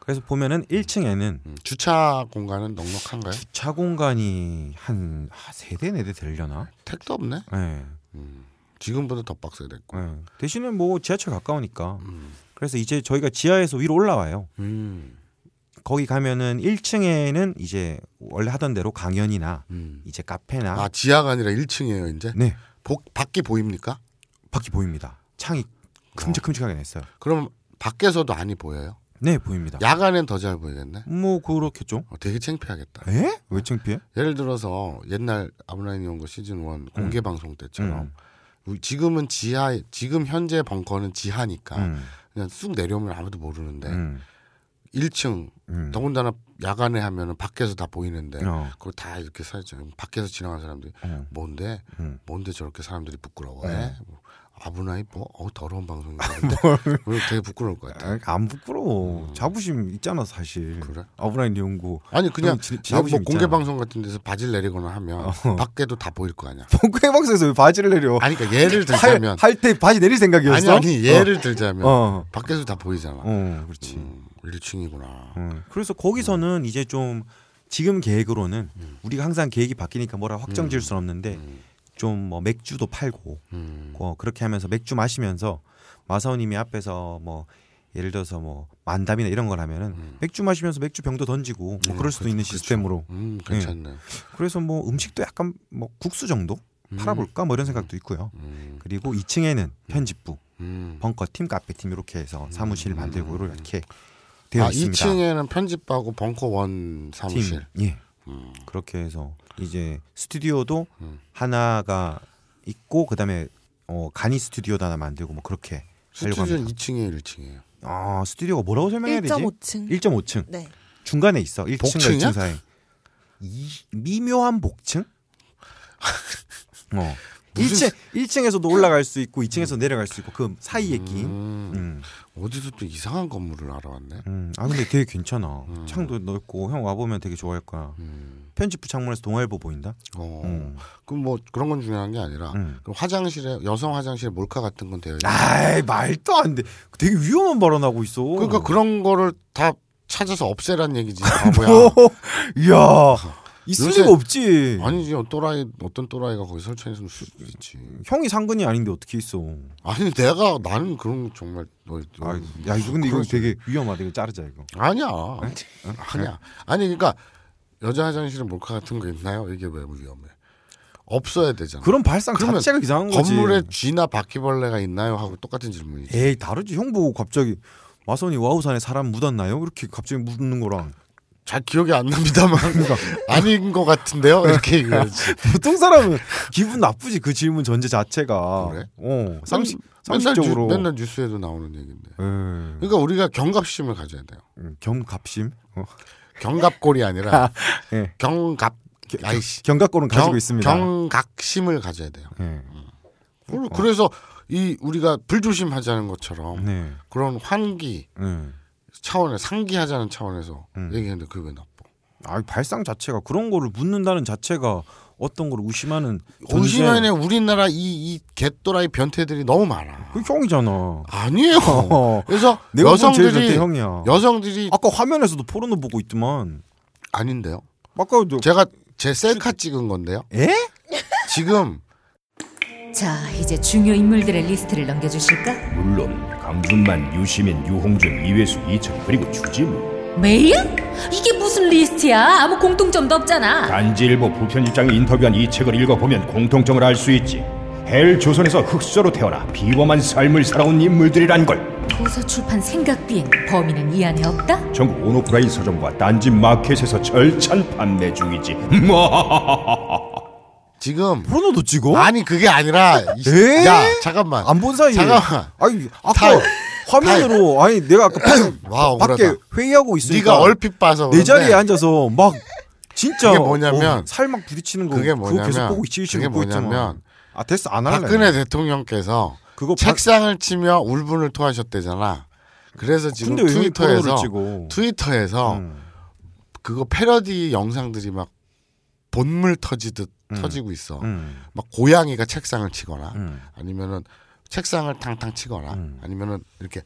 Speaker 2: 그래서 보면은 1층에는
Speaker 1: 음. 주차 공간은 넉넉한가요?
Speaker 2: 차 공간이 한 세대 네 대 되려나
Speaker 1: 택도 없네.
Speaker 2: 예.
Speaker 1: 음. 지금보다 더 빡세야 됐고.
Speaker 2: 예. 대신에 뭐 지하철 가까우니까
Speaker 1: 음.
Speaker 2: 그래서 이제 저희가 지하에서 위로 올라와요
Speaker 1: 음.
Speaker 2: 거기 가면은 1층에는 이제 원래 하던 대로 강연이나
Speaker 1: 음.
Speaker 2: 이제 카페나
Speaker 1: 아 지하가 아니라 1층이에요 이제.
Speaker 2: 네
Speaker 1: 복, 밖이 보입니까?
Speaker 2: 밖이 보입니다. 창이 큼직큼직하게 냈어요.
Speaker 1: 그럼 밖에서도 안이 보여요?
Speaker 2: 네 보입니다.
Speaker 1: 야간엔 더 잘 보이겠네.
Speaker 2: 뭐 그렇겠죠.
Speaker 1: 어, 되게 창피하겠다.
Speaker 2: 에? 왜 창피해?
Speaker 1: 예를 들어서 옛날 아브라인 이온 거 시즌 원 공개 방송 때처럼
Speaker 2: 음.
Speaker 1: 우리 지금은 지하 지금 현재 벙커는 지하니까
Speaker 2: 음,
Speaker 1: 그냥 쑥 내려오면 아무도 모르는데
Speaker 2: 음,
Speaker 1: 1층
Speaker 2: 음.
Speaker 1: 더군다나 야간에 하면은 밖에서 다 보이는데
Speaker 2: 어,
Speaker 1: 그걸 다 이렇게 사죠. 밖에서 지나가는 사람들이
Speaker 2: 음,
Speaker 1: 뭔데
Speaker 2: 음.
Speaker 1: 뭔데 저렇게 사람들이 부끄러워해?
Speaker 2: 네.
Speaker 1: 뭐, 아브나이 뭐 어우, 더러운 방송인데
Speaker 2: 뭐.
Speaker 1: <laughs> 되게 부끄러울 것 같아.
Speaker 2: 아, 안 부끄러워. 자부심 있잖아 사실.
Speaker 1: 음. 그래?
Speaker 2: 아브라인 연구.
Speaker 1: 아니 그냥
Speaker 2: 지-
Speaker 1: 야,
Speaker 2: 자부심
Speaker 1: 뭐 공개
Speaker 2: 음. 있잖아. 어.
Speaker 1: 방송 같은 데서 바지를 내리거나 하면 밖에도 다 보일 거 아니야.
Speaker 2: <laughs> 공개 방송에서 왜 바지를 내려?
Speaker 1: 아니 그러니까
Speaker 2: <laughs>
Speaker 1: 예를 들자면
Speaker 2: 할 때 바지 내릴
Speaker 1: 아니
Speaker 2: 생각이었어?
Speaker 1: 아니 예를 들자면
Speaker 2: 어, 어,
Speaker 1: 밖에서 다 보이잖아.
Speaker 2: 어, 그렇지.
Speaker 1: 음, 1층이구나.
Speaker 2: 어. 그래서
Speaker 1: 음.
Speaker 2: 거기서는 이제 좀 지금 계획으로는 우리가 항상 계획이 바뀌니까 뭐라 확정 지을 수는 없는데
Speaker 1: 음.
Speaker 2: 좀 뭐 맥주도 팔고
Speaker 1: 음.
Speaker 2: 뭐 그렇게 하면서 맥주 마시면서 마사오님이 앞에서 뭐 예를 들어서 뭐 만담이나 이런 걸 하면은 맥주 마시면서 맥주 병도 던지고
Speaker 1: 네,
Speaker 2: 뭐 그럴 수도 있는 시스템으로
Speaker 1: 음, 괜찮네.
Speaker 2: 그래서 뭐 음식도 약간 뭐 국수 정도
Speaker 1: 음.
Speaker 2: 팔아볼까 뭐 이런 생각도 있고요.
Speaker 1: 음.
Speaker 2: 그리고 2층에는 편집부,
Speaker 1: 음.
Speaker 2: 벙커 팀, 카페 팀 이렇게 해서 사무실 만들고 이렇게 되어
Speaker 1: 아,
Speaker 2: 있습니다.
Speaker 1: 2층에는 편집하고 벙커 원 사무실.
Speaker 2: 팀, 예,
Speaker 1: 음.
Speaker 2: 그렇게 해서 이제 스튜디오도
Speaker 1: 음.
Speaker 2: 하나가 있고 그다음에 어, 간이 스튜디오도 하나 만들고 뭐 그렇게 하려고 합니다.
Speaker 1: 스튜디오는 2층에 1층이에요.
Speaker 2: 아 스튜디오가 뭐라고 설명해야 되지?
Speaker 3: 1.5층.
Speaker 2: 1.5층
Speaker 3: 네.
Speaker 2: 중간에 있어 1층과
Speaker 1: 복층이야?
Speaker 2: 2층 사이 이, 미묘한
Speaker 1: <laughs>
Speaker 2: 복층? 어. 1층 1층에서도 올라갈 수 있고 2층에서 내려갈 수 있고 그 사이에 낀.
Speaker 1: 그 음.
Speaker 2: 음.
Speaker 1: 어디서 또 이상한 건물을 알아왔네.
Speaker 2: 음. 아 근데 되게 괜찮아. 창도 넓고 형 와보면 되게 좋아할 거야.
Speaker 1: 음.
Speaker 2: 편집부 창문에서 동아일보 보인다.
Speaker 1: 어.
Speaker 2: 음.
Speaker 1: 그럼 뭐 그런 건 중요한 게 아니라
Speaker 2: 음.
Speaker 1: 그럼 화장실에 여성 화장실에 몰카 같은 건 되어 있나?
Speaker 2: 아이 말도 안 돼. 되게 위험한 발언하고 있어.
Speaker 1: 그러니까 그런 거를 다 찾아서 없애란
Speaker 2: <laughs>
Speaker 1: 얘기지. 바보야.
Speaker 2: 야 있을
Speaker 1: 요새-
Speaker 2: 리가 없지.
Speaker 1: 아니지 또라이 어떤 또라이가 거기 설치해서 쓸 수도 있지.
Speaker 2: 형이 상근이 아닌데 어떻게 있어?
Speaker 1: 아니 내가 나는 그런 거 정말 너, 너,
Speaker 2: 아, 야 이거 근데 이거
Speaker 1: 그런 소리.
Speaker 2: 되게 위험하다. 이거 자르자 이거.
Speaker 1: 아니야 아니야 아니 그러니까 여자 화장실에 몰카 같은 거 있나요? 이게 왜 위험해? 없어야 되잖아.
Speaker 2: 그런 발상
Speaker 1: 그러면
Speaker 2: 자체가 이상한 거지.
Speaker 1: 건물에 쥐나 바퀴벌레가 있나요? 하고 똑같은 질문이지.
Speaker 2: 에이 다르지 형 보고 갑자기 마선이 와우산에 사람 묻었나요? 이렇게 갑자기 묻는 거랑 <laughs>
Speaker 1: 잘 기억이 안 납니다만 아닌 것 같은데요. 이렇게
Speaker 2: <laughs>
Speaker 1: 얘기하지.
Speaker 2: 보통 사람은 기분 나쁘지 그 질문 전제 자체가.
Speaker 1: 그래?
Speaker 2: 어 상식
Speaker 1: 맨날, 뉴,
Speaker 2: 상식적으로.
Speaker 1: 맨날 뉴스에도 나오는 얘기인데.
Speaker 2: 예.
Speaker 1: 그러니까 우리가 경각심을 가져야 돼요.
Speaker 2: 음, 경갑심. 어.
Speaker 1: 경갑골이 아니라
Speaker 2: <laughs> 예.
Speaker 1: 경갑 아이씨
Speaker 2: 경각골은 가지고
Speaker 1: 경-
Speaker 2: 있습니다.
Speaker 1: 경각심을 가져야 돼요. 음.
Speaker 2: 예.
Speaker 1: 그리고 그래서 이 우리가 불조심하자는 것처럼
Speaker 2: 네.
Speaker 1: 그런 환기
Speaker 2: 네.
Speaker 1: 차원에 상기하자는 차원에서
Speaker 2: 음.
Speaker 1: 얘기했는데 그게 왜 나빠?
Speaker 2: 아 발상 자체가 그런 거를 묻는다는 자체가 어떤 걸 의심하는 존재-
Speaker 1: 오시면에 우리나라 이이 개또라이 변태들이 너무 많아.
Speaker 2: 그 형이잖아.
Speaker 1: 아니에요.
Speaker 2: 어.
Speaker 1: 그래서
Speaker 2: <laughs> 내가 여성들이 제일 절대
Speaker 1: 여성들이
Speaker 2: 형이야.
Speaker 1: 여성들이
Speaker 2: 아까 화면에서도 포르노 보고 있더만.
Speaker 1: 아닌데요.
Speaker 2: 아까 저
Speaker 1: 제가 제 셀카 찍은 건데요.
Speaker 2: 에?
Speaker 1: 지금
Speaker 4: 자, 이제 중요 인물들의 리스트를 넘겨주실까?
Speaker 5: 물론 강준만, 유시민, 유홍준, 이회수, 이철 그리고 주진우
Speaker 4: 메일? 이게 무슨 리스트야? 아무 공통점도 없잖아.
Speaker 5: 단지일보 부편집장이 인터뷰한 이 책을 읽어보면 공통점을 알 수 있지 헬 조선에서 흑수로 태어나 비범한 삶을 살아온 인물들이란 걸
Speaker 4: 도서 출판 생각 비행 범인은 이 안에 없다?
Speaker 5: 전국 온오프라인 뭐? 서점과 단지 마켓에서 절찬 판매 중이지
Speaker 1: 지금
Speaker 2: 포르노도 찍어?
Speaker 1: 아니 그게 아니라 이-
Speaker 2: 에?
Speaker 1: 야 잠깐만
Speaker 2: 안 본 사이에
Speaker 1: 잠깐만.
Speaker 2: 아니 아까
Speaker 1: 타임.
Speaker 2: 화면으로 아니 내가 아까 밖에-
Speaker 1: 와, 억울하다.
Speaker 2: 밖에 회의하고 있으니까
Speaker 1: 네가 얼핏 봐서
Speaker 2: 내
Speaker 1: 그런데
Speaker 2: 자리에 앉아서 막 진짜 어,
Speaker 1: 그게 뭐냐면-
Speaker 2: 살막 부딪히는 거
Speaker 1: 그게
Speaker 2: 그게
Speaker 1: 뭐냐면
Speaker 2: 거 계속 보고 있지 지금
Speaker 1: 그게
Speaker 2: 보고 있잖아.
Speaker 1: 뭐냐면
Speaker 2: 아 됐어 안 할래.
Speaker 1: 박근혜 대통령께서
Speaker 2: 그거
Speaker 1: 책상을 치며 울분을 토하셨대잖아. 그래서 지금
Speaker 2: 근데 왜
Speaker 1: 트위터에서
Speaker 2: 포르노를 찍어?
Speaker 1: 트위터에서
Speaker 2: 음.
Speaker 1: 그거 패러디 영상들이 막 본물 터지듯 터지고 있어.
Speaker 2: 음.
Speaker 1: 막 고양이가 책상을 치거나
Speaker 2: 음.
Speaker 1: 아니면은 책상을 탕탕 치거나
Speaker 2: 음.
Speaker 1: 아니면은 이렇게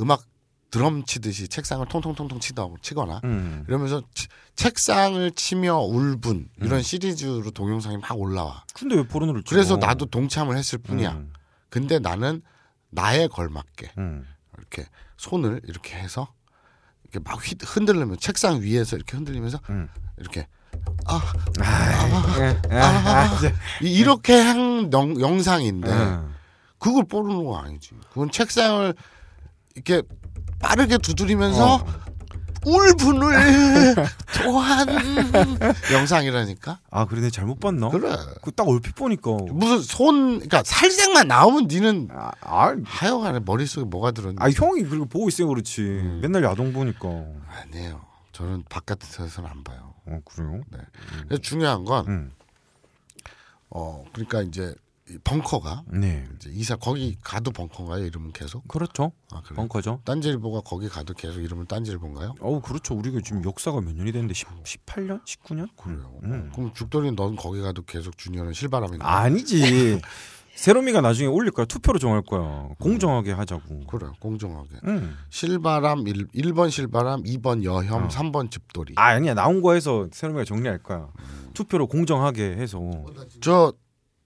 Speaker 1: 음악 드럼 치듯이 책상을 통통통통 치다 치거나
Speaker 2: 음.
Speaker 1: 이러면서 치- 책상을 치며 울분
Speaker 2: 음.
Speaker 1: 이런 시리즈로 동영상이 막 올라와.
Speaker 2: 근데 왜 포르노를 찍어?
Speaker 1: 그래서 나도 동참을 했을 뿐이야.
Speaker 2: 음.
Speaker 1: 근데 나는 나에 걸맞게
Speaker 2: 음.
Speaker 1: 이렇게 손을 이렇게 해서 이렇게 막 휘- 흔들리면 책상 위에서 이렇게 흔들리면서
Speaker 2: 음.
Speaker 1: 이렇게 아
Speaker 2: 아, 아, 이제.
Speaker 1: 이- 이렇게 한 영, 영상인데
Speaker 2: 음.
Speaker 1: 그걸 뽀르노가 아니지. 그건 책상을 이렇게 빠르게 두드리면서
Speaker 2: 어.
Speaker 1: 울분을 <laughs> 토한 영상이라니까.
Speaker 2: 아 그래 내가 잘못 봤나?
Speaker 1: 그래.
Speaker 2: 그딱 얼핏 보니까
Speaker 1: 무슨 손 그러니까 살색만 나오면 니는
Speaker 2: 아, 아,
Speaker 1: 하여간에 머릿속에 뭐가 들었는지
Speaker 2: 아 형이 그리고 보고 있으니까 그렇지.
Speaker 1: 음.
Speaker 2: 맨날 야동 보니까.
Speaker 1: 아니에요. 저는 바깥에서는 안 봐요.
Speaker 2: 어 그래요?
Speaker 1: 네. 그래서 중요한 건
Speaker 2: 음.
Speaker 1: 어, 그러니까 이제 이 벙커가
Speaker 2: 네.
Speaker 1: 이제 이사 거기 가도 벙커인가요? 이름은 계속?
Speaker 2: 그렇죠.
Speaker 1: 아, 그래. 요
Speaker 2: 벙커죠.
Speaker 1: 딴지일보가 거기 가도 계속 이름을 딴지일보인가요?
Speaker 2: 어우 그렇죠. 우리가 지금 역사가 몇 년이 됐는데 10, 18년, 19년?
Speaker 1: 그래요.
Speaker 2: 음.
Speaker 1: 그럼 죽돌이 넌 거기 가도 계속 주니어는 실바람인가?
Speaker 2: 아니지. 세롬이가 나중에 올릴 거야. 투표로 정할 거야. 공정하게 하자고.
Speaker 1: 그래. 공정하게.
Speaker 2: 음.
Speaker 1: 실바람 일 1번 실바람, 2번 여혐, 3번 집돌이.
Speaker 2: 어. 아, 아니야. 나온 거에서 세롬이가 정리할 거야.
Speaker 1: 음.
Speaker 2: 투표로 공정하게 해서.
Speaker 1: 저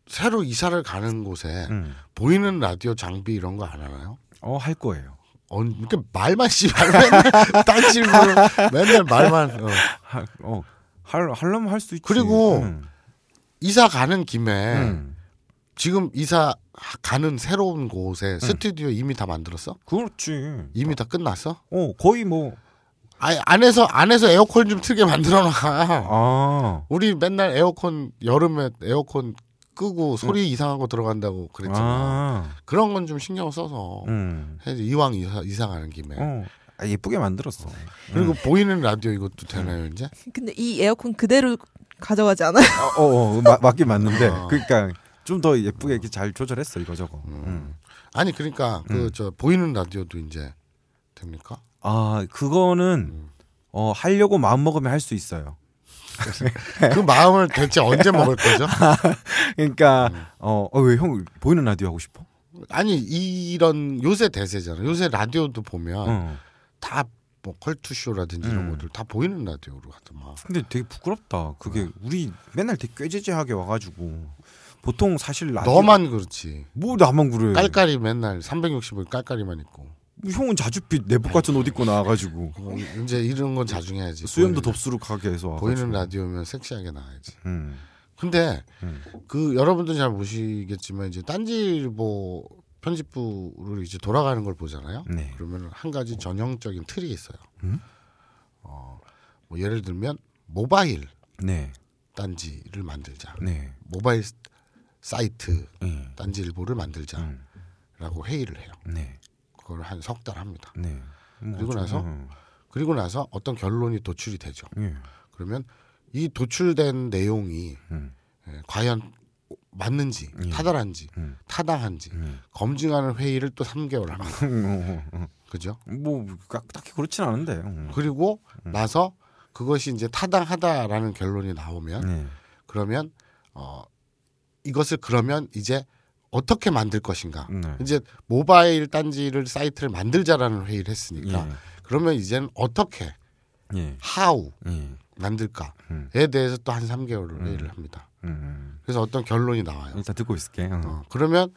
Speaker 1: 새로 이사를 가는 곳에
Speaker 2: 음.
Speaker 1: 보이는 라디오 장비 이런 거 안 하나요?
Speaker 2: 어, 할 거예요.
Speaker 1: 어, 그러니까 말만 씨발 맨날 <laughs> 딴질문 맨날 말만 어.
Speaker 2: 하, 어. 할 하려면 할 수 있지.
Speaker 1: 그리고
Speaker 2: 음.
Speaker 1: 이사 가는 김에
Speaker 2: 음.
Speaker 1: 지금 이사 가는 새로운 곳에
Speaker 2: 음.
Speaker 1: 스튜디오 이미 다 만들었어?
Speaker 2: 그렇지.
Speaker 1: 이미 다 끝났어?
Speaker 2: 어, 거의 뭐
Speaker 1: 아 안에서 안에서 에어컨 좀 틀게 만들어 놔.
Speaker 2: 아.
Speaker 1: 우리 맨날 에어컨 여름에 에어컨 끄고 소리 이상한 거 들어간다고 그랬잖아.
Speaker 2: 음. 아.
Speaker 1: 그런 건 좀 신경 써서
Speaker 2: 음.
Speaker 1: 해야지. 이왕 이사, 이사 가는 김에.
Speaker 2: 어. 음. 아, 예쁘게 만들었어.
Speaker 1: 그리고 보이는 라디오 이것도 되나요
Speaker 2: 음.
Speaker 1: 이제?
Speaker 3: 근데 이 에어컨 그대로 가져가지 않아요?
Speaker 2: 어, 어, 어, 마- 맞긴 맞는데 그러니까 좀 더 예쁘게 이렇게 잘 조절했어 이거 저거. 음.
Speaker 1: 아니 그러니까 그 저 보이는 라디오도 이제 됩니까?
Speaker 2: 아 그거는 어 하려고 마음 먹으면 할 수 있어요.
Speaker 1: 그 마음을 대체 언제 먹을 거죠?
Speaker 2: 그러니까 어왜형 보이는 라디오 하고 싶어?
Speaker 1: 아니 이런 요새 대세잖아. 요새 라디오도 보면
Speaker 2: 어.
Speaker 1: 다 뭐 컬투쇼라든지 이런
Speaker 2: 음.
Speaker 1: 것들 다 보이는 라디오로 하더만.
Speaker 2: 근데 되게 부끄럽다. 그게 우리 맨날 되게 꾀죄죄하게 와가지고 보통 사실 라디오
Speaker 1: 너만 그렇지.
Speaker 2: 뭐 나만 아, 그래.
Speaker 1: 깔깔이 맨날 360을 깔깔이만 입고.
Speaker 2: 형은 자주빛 내복 같은 옷 입고 나와가지고
Speaker 1: 어, 이제 이런 건 자중해야지.
Speaker 2: 수염도 그렇죠.
Speaker 1: 보이는,
Speaker 2: 덥수룩하게 해서 와가지고.
Speaker 1: 보이는 라디오면 섹시하게 나와야지.
Speaker 2: 음.
Speaker 1: 근데
Speaker 2: 음.
Speaker 1: 그 여러분들 잘 모시겠지만 이제 딴지일보 편집부를 이제 돌아가는 걸 보잖아요.
Speaker 2: 네.
Speaker 1: 그러면 한 가지 전형적인 틀이 있어요.
Speaker 2: 음?
Speaker 1: 어, 뭐 예를 들면 모바일
Speaker 2: 네.
Speaker 1: 딴지를 만들자.
Speaker 2: 네.
Speaker 1: 모바일 사이트
Speaker 2: 네.
Speaker 1: 딴지일보를 만들자라고
Speaker 2: 음.
Speaker 1: 회의를 해요.
Speaker 2: 네.
Speaker 1: 그걸 한 석 달 합니다.
Speaker 2: 네. 뭐
Speaker 1: 그리고 나서?
Speaker 2: 음.
Speaker 1: 그리고 나서 어떤 결론이 도출이 되죠.
Speaker 2: 예.
Speaker 1: 그러면 이 도출된 내용이
Speaker 2: 음.
Speaker 1: 예, 과연 맞는지 타당한지
Speaker 2: 음.
Speaker 1: 타당한지
Speaker 2: 음.
Speaker 1: 검증하는 회의를 또 3개월 합니다. 그죠?
Speaker 2: 뭐 딱- 딱히 그렇진 않은데. 음.
Speaker 1: 그리고 나서 그것이 이제 타당하다라는 결론이 나오면
Speaker 2: 네.
Speaker 1: 그러면 어 이것을 그러면 이제 어떻게 만들 것인가?
Speaker 2: 네.
Speaker 1: 이제 모바일 딴지를 사이트를 만들자라는 회의를 했으니까 그러면 이제는 어떻게
Speaker 2: 예.
Speaker 1: how
Speaker 2: 예.
Speaker 1: 만들까에
Speaker 2: 음.
Speaker 1: 대해서 또 한 3개월을 회의를 합니다.
Speaker 2: 음.
Speaker 1: 그래서 어떤 결론이 나와요.
Speaker 2: 일단 듣고 있을게. 어.
Speaker 1: 어, 그러면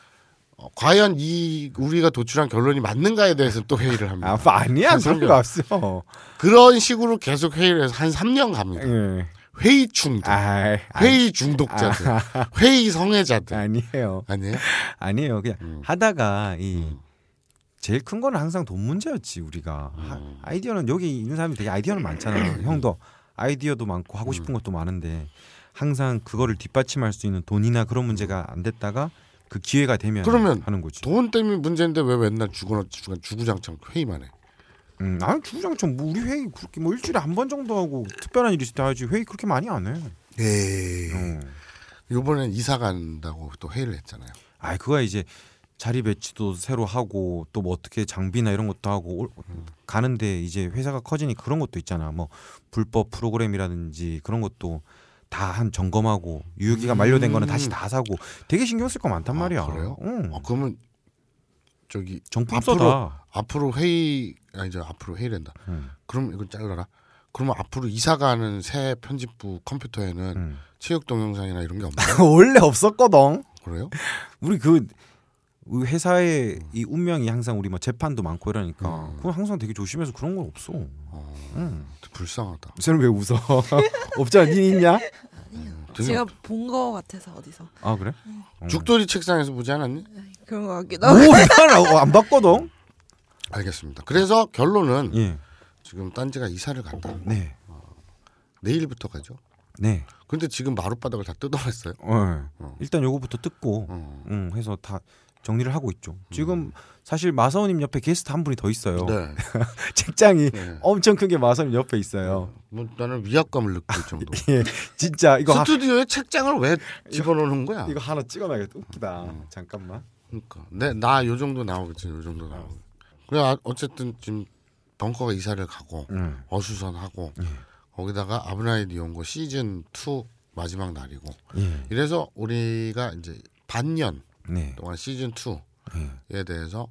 Speaker 1: 어, 과연 이 우리가 도출한 결론이 맞는가에 대해서 또 회의를 합니다.
Speaker 2: 아, 빠- 아니야.
Speaker 1: 한
Speaker 2: 그런
Speaker 1: 삼개월.
Speaker 2: 거 없어.
Speaker 1: 그런 식으로 계속 회의를 해서 한 3년 갑니다.
Speaker 2: 예.
Speaker 1: 회의 중독,
Speaker 2: 아,
Speaker 1: 회의 중독자들, 회의 성애자들
Speaker 2: 아니, 아니에요.
Speaker 1: 아니에요?
Speaker 2: 아니에요. 그냥
Speaker 1: 음.
Speaker 2: 하다가 이 제일 큰 거는 항상 돈 문제였지 우리가 하-
Speaker 1: 음. 음.
Speaker 2: 아이디어는 여기 있는 사람이 되게 아이디어는 많잖아. 형도 아이디어도 많고 하고 싶은 것도 많은데 항상 그거를 뒷받침할 수 있는 돈이나 그런 문제가 안 됐다가 그 기회가 되면
Speaker 1: 그러면
Speaker 2: 하는 거지.
Speaker 1: 돈 때문에 문제인데 왜 맨날 주거 주거 주구장창 회의만 해?
Speaker 2: 음, 나는 주구장창 뭐 우리 회의 그렇게 뭐 일주일에 한 번 정도 하고 특별한 일이 있을 때 하지 회의 그렇게 많이 안 해.
Speaker 1: 에이.
Speaker 2: 어.
Speaker 1: 음. 이번엔 이사 간다고 또 회의를 했잖아요.
Speaker 2: 아, 그거야 이제 자리 배치도 새로 하고 또 뭐 어떻게 장비나 이런 것도 하고 올- 가는데 이제 회사가 커지니 그런 것도 있잖아. 뭐 불법 프로그램이라든지 그런 것도 다 한 점검하고 유효기간 만료된 거는 다시 다 사고 되게 신경 쓸 거 많단
Speaker 1: 아,
Speaker 2: 말이야. 음.
Speaker 1: 그래요?
Speaker 2: 응.
Speaker 1: 어, 그러면 저기
Speaker 2: 정품
Speaker 1: 앞으로-
Speaker 2: 써다.
Speaker 1: 앞으로 회의 아니 저 앞으로 회의된다.
Speaker 2: 음.
Speaker 1: 그럼 이거 잘라라. 그러면 앞으로 이사 가는 새 편집부 컴퓨터에는
Speaker 2: 음.
Speaker 1: 체육 동영상이나 이런 게 없나
Speaker 2: <laughs> <laughs> 원래 없었거든.
Speaker 1: 그래요?
Speaker 2: 우리 그 우리 회사의 이 운명이 항상 우리 뭐 재판도 많고 이러니까 그건 항상 되게 조심해서 그런 건 없어.
Speaker 1: 어,
Speaker 2: 응.
Speaker 1: 불쌍하다.
Speaker 2: 쟤는 왜 웃어? <laughs> 없잖아, 니 있냐?
Speaker 1: <laughs> 되게
Speaker 3: 제가 본 거 같아서 어디서
Speaker 2: 아 그래? 어.
Speaker 1: 죽돌이 책상에서 보지 않았니?
Speaker 3: 그런 거
Speaker 1: 어,
Speaker 3: 같기도 하고
Speaker 2: 뭐나안 봤거든.
Speaker 1: 알겠습니다. 그래서 결론은
Speaker 2: 예.
Speaker 1: 지금 딴지가 이사를 간다.
Speaker 2: 네.
Speaker 1: 내일부터 가죠.
Speaker 2: 네.
Speaker 1: 근데 지금 마룻바닥을 다 뜯어냈어요.
Speaker 2: 어.
Speaker 1: 어.
Speaker 2: 일단 요거부터 뜯고
Speaker 1: 어. 음.
Speaker 2: 음, 해서 다 정리를 하고 있죠. 지금 사실 마사오님 옆에 게스트 한 분이 더 있어요.
Speaker 1: 네.
Speaker 2: <laughs> 책장이
Speaker 1: 네.
Speaker 2: 엄청 큰 게 마사오님 옆에 있어요.
Speaker 1: 뭐 나는 위압감을 느낄 정도.
Speaker 2: 예. 진짜 <laughs> 이거 하,
Speaker 1: 스튜디오에 책장을 왜 집어넣는 거야? 음.
Speaker 2: 이거 하나 찍어놔야겠다. 웃기다. 잠깐만.
Speaker 1: 그러니까 내나 요 정도 나오겠지 요 정도 나오고 그래 아, 어쨌든 지금 벙커가 이사를 가고
Speaker 2: 음.
Speaker 1: 어수선하고 거기다가 아브라이 디온고 시즌 2 마지막 날이고
Speaker 2: 예.
Speaker 1: 이래서 우리가 이제 반년
Speaker 2: 네.
Speaker 1: 동안 시즌
Speaker 2: 예.
Speaker 1: 2에 대해서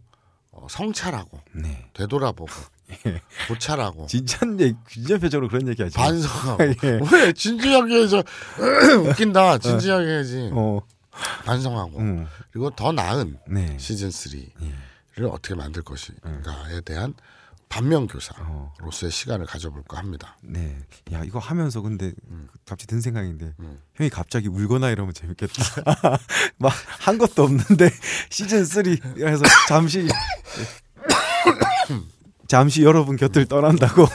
Speaker 1: 어, 성찰하고
Speaker 2: 네. <laughs>
Speaker 1: 되돌아보고
Speaker 2: 예.
Speaker 1: 고찰하고
Speaker 2: 진짜인데 진짜표적으로 그런 얘기하지. <laughs>
Speaker 1: 반성하고
Speaker 2: 예.
Speaker 1: 왜 진지하게 해서 <clears throat> 웃긴다 진지하게 해야지
Speaker 2: 어.
Speaker 1: 반성하고
Speaker 2: 음.
Speaker 1: 그리고 더 나은
Speaker 2: 네.
Speaker 1: 시즌
Speaker 2: 예.
Speaker 1: 3를 어떻게 만들 것인가에 대한 반면
Speaker 2: 어.
Speaker 1: 교사로서의 시간을 가져볼까 합니다.
Speaker 2: 네. 야 이거 하면서 근데 그 갑자기 든 생각인데
Speaker 1: 음.
Speaker 2: 형이 갑자기 울거나 이러면 재밌겠다. <laughs> 막 한 것도 없는데 <laughs> 시즌 3에서 잠시 <coughs> 잠시 여러분 곁을 떠난다고 <laughs>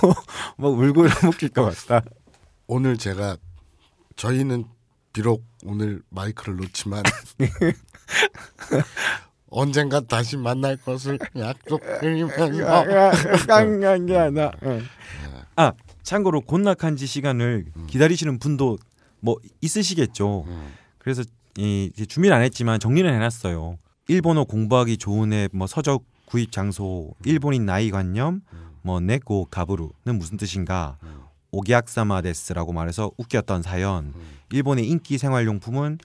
Speaker 2: 막 울고 이러면 웃길 것 같다.
Speaker 1: 오늘 제가 저희는 비록 오늘 마이크를
Speaker 2: <laughs>
Speaker 1: 놓지만 언젠가 다시 만날 것을 약속드리면서
Speaker 2: 아, 예. 깡깡깡나. 아 참고로 곤낙한지 시간을 기다리시는 분도 뭐 있으시겠죠. 그래서 이 이제 준비는 안 했지만 정리는 해놨어요. 일본어 공부하기 좋은 앱, 뭐 서적 구입 장소, 일본인 나이 관념, 뭐 네코 가부루는 무슨 뜻인가, 오기약사마데스라고 말해서 웃겼던 사연, 일본의 인기 생활용품은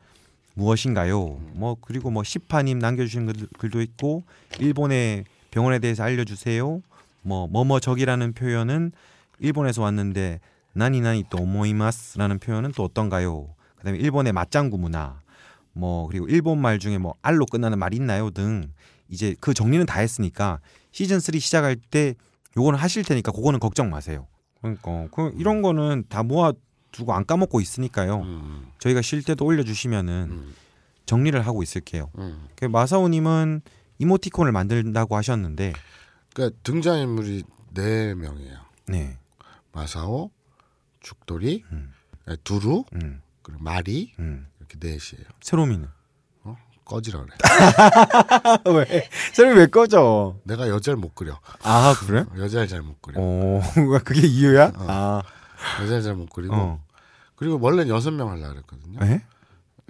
Speaker 2: 무엇인가요?
Speaker 1: 음.
Speaker 2: 뭐 그리고 뭐 시파님 남겨주신 글, 글도 있고 일본의 병원에 대해서 알려주세요. 뭐 뭐뭐적이라는 표현은 일본에서 왔는데 나니나니 또 오모이마스라는 표현은 또 어떤가요? 그다음에 일본의 맞장구 문화 뭐 그리고 일본 말 중에 뭐 알로 끝나는 말 있나요 등 이제 그 정리는 다 했으니까 시즌 3 시작할 때 요거는 하실 테니까 그거는 걱정 마세요. 그러니까 그 이런 거는 다 모아 두고 안 까먹고 있으니까요.
Speaker 1: 음,
Speaker 2: 저희가 쉴 때도 올려주시면은
Speaker 1: 음,
Speaker 2: 정리를 하고 있을게요.
Speaker 1: 음.
Speaker 2: 그 마사오님은 이모티콘을 만든다고 하셨는데,
Speaker 1: 그러니까 등장인물이 네 명이에요.
Speaker 2: 네,
Speaker 1: 마사오, 죽돌이,
Speaker 2: 음.
Speaker 1: 에, 두루,
Speaker 2: 음,
Speaker 1: 그리고 마리
Speaker 2: 음.
Speaker 1: 이렇게 넷이에요.
Speaker 2: 세로미는
Speaker 1: 꺼지라 그래.
Speaker 2: <laughs> 왜 세로미 왜 꺼져?
Speaker 1: 내가 여자를 못 그려.
Speaker 2: 아 그래?
Speaker 1: 여자를 잘 못 그려.
Speaker 2: 어, 그게 이유야?
Speaker 1: 어.
Speaker 2: 아,
Speaker 1: 여자를 잘 못 그리고
Speaker 2: 어,
Speaker 1: 그리고 원래 여섯 명 하려고 그랬거든요.
Speaker 2: 에?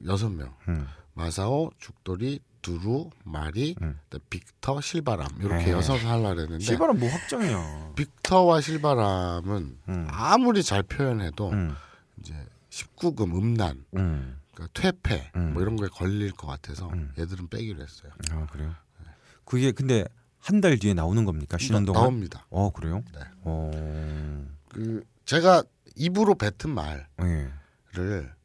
Speaker 1: 여섯 명.
Speaker 2: 음.
Speaker 1: 마사오, 죽돌이, 두루, 마리,
Speaker 2: 음.
Speaker 1: 그다음에 빅터, 실바람 이렇게
Speaker 2: 네.
Speaker 1: 여섯 하려고 했는데
Speaker 2: 실바람 뭐 확정이야.
Speaker 1: 빅터와 실바람은
Speaker 2: 음.
Speaker 1: 아무리 잘 표현해도
Speaker 2: 음,
Speaker 1: 이제 19금 음란,
Speaker 2: 음,
Speaker 1: 그러니까 퇴폐
Speaker 2: 음.
Speaker 1: 뭐 이런 거에 걸릴 것 같아서
Speaker 2: 음.
Speaker 1: 얘들은 빼기로 했어요.
Speaker 2: 아 그래요? 그게 근데 한 달 뒤에 나오는 겁니까 쉬는
Speaker 1: 그러니까 나-
Speaker 2: 동안?
Speaker 1: 나옵니다.
Speaker 2: 어 그래요?
Speaker 1: 네.
Speaker 2: 어,
Speaker 1: 그 제가 입으로 뱉은 말을
Speaker 2: 예.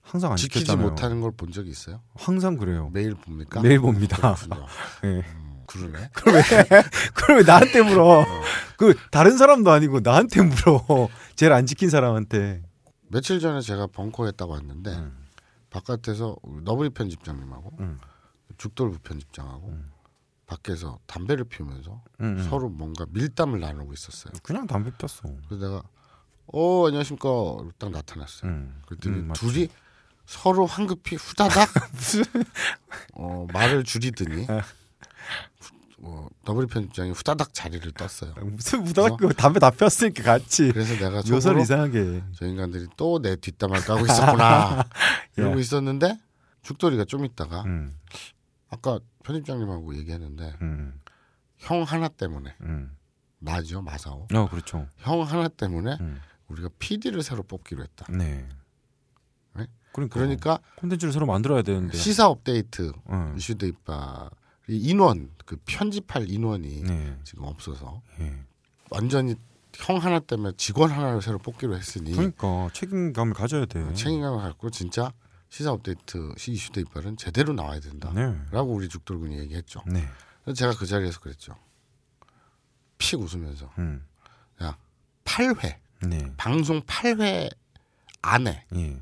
Speaker 2: 항상 안
Speaker 1: 지키지
Speaker 2: 지켰잖아요.
Speaker 1: 못하는 걸 본 적이 있어요?
Speaker 2: 항상 그래요.
Speaker 1: 매일 봅니까?
Speaker 2: 매일 봅니다.
Speaker 1: 그렇군요.
Speaker 2: <laughs> 예.
Speaker 1: 음, 그러네.
Speaker 2: <laughs> 그럼 왜 나한테 물어? 그 다른 사람도 아니고 나한테 물어. <laughs> 제일 안 지킨 사람한테.
Speaker 1: 며칠 전에 제가 벙커에 딱 왔는데 바깥에서 우리 너브리 편집장님하고
Speaker 2: 음.
Speaker 1: 죽돌부 편집장하고 밖에서 담배를 피우면서
Speaker 2: 음, 음.
Speaker 1: 서로 뭔가 밀담을 나누고 있었어요.
Speaker 2: 그냥 담배 폈어.
Speaker 1: 그래서 내가 어 안녕하십니까 이러고 딱 나타났어요.
Speaker 2: 음.
Speaker 1: 그랬더니
Speaker 2: 음, 맞지.
Speaker 1: 둘이 서로 황급히
Speaker 2: <laughs>
Speaker 1: 후다닥 어, 말을 줄이더니
Speaker 2: 어.
Speaker 1: 후- 어, 더블 편집장이 후다닥 자리를 떴어요.
Speaker 2: 무슨 무당학교 담배 다 폈으니까 같이
Speaker 1: 그래서 내가
Speaker 2: 묘사를
Speaker 1: 속으로
Speaker 2: 이상하게
Speaker 1: 저 인간들이 또 내 뒷담을 까고
Speaker 2: <laughs>
Speaker 1: 있었구나
Speaker 2: 예.
Speaker 1: 이러고 있었는데 죽돌이가 좀 있다가
Speaker 2: 음,
Speaker 1: 아까 편집장님하고 얘기했는데
Speaker 2: 음,
Speaker 1: 형 하나 때문에
Speaker 2: 음.
Speaker 1: 나죠 마사오
Speaker 2: 어 그렇죠
Speaker 1: 형 하나 때문에
Speaker 2: 음.
Speaker 1: 우리가 PD를 새로 뽑기로 했다.
Speaker 2: 네
Speaker 1: 네?
Speaker 2: 그러니까
Speaker 1: 그러니까
Speaker 2: 콘텐츠를 새로 만들어야 되는데
Speaker 1: 시사 업데이트
Speaker 2: 어.
Speaker 1: 이슈 대입바 인원 그 편집할 인원이
Speaker 2: 네.
Speaker 1: 지금 없어서
Speaker 2: 예.
Speaker 1: 완전히 형 하나 때문에 직원 하나를 새로 뽑기로 했으니
Speaker 2: 그러니까 어, 책임감을 가져야 돼
Speaker 1: 책임감을 갖고 진짜 시사 업데이트 시 이슈 대입발은 제대로 나와야 된다라고
Speaker 2: 네.
Speaker 1: 우리 죽돌군이 얘기했죠.
Speaker 2: 네.
Speaker 1: 그래서 제가 그 자리에서 그랬죠. 픽 웃으면서
Speaker 2: 음.
Speaker 1: 야 8회
Speaker 2: 네.
Speaker 1: 방송 8회 안에
Speaker 2: 예.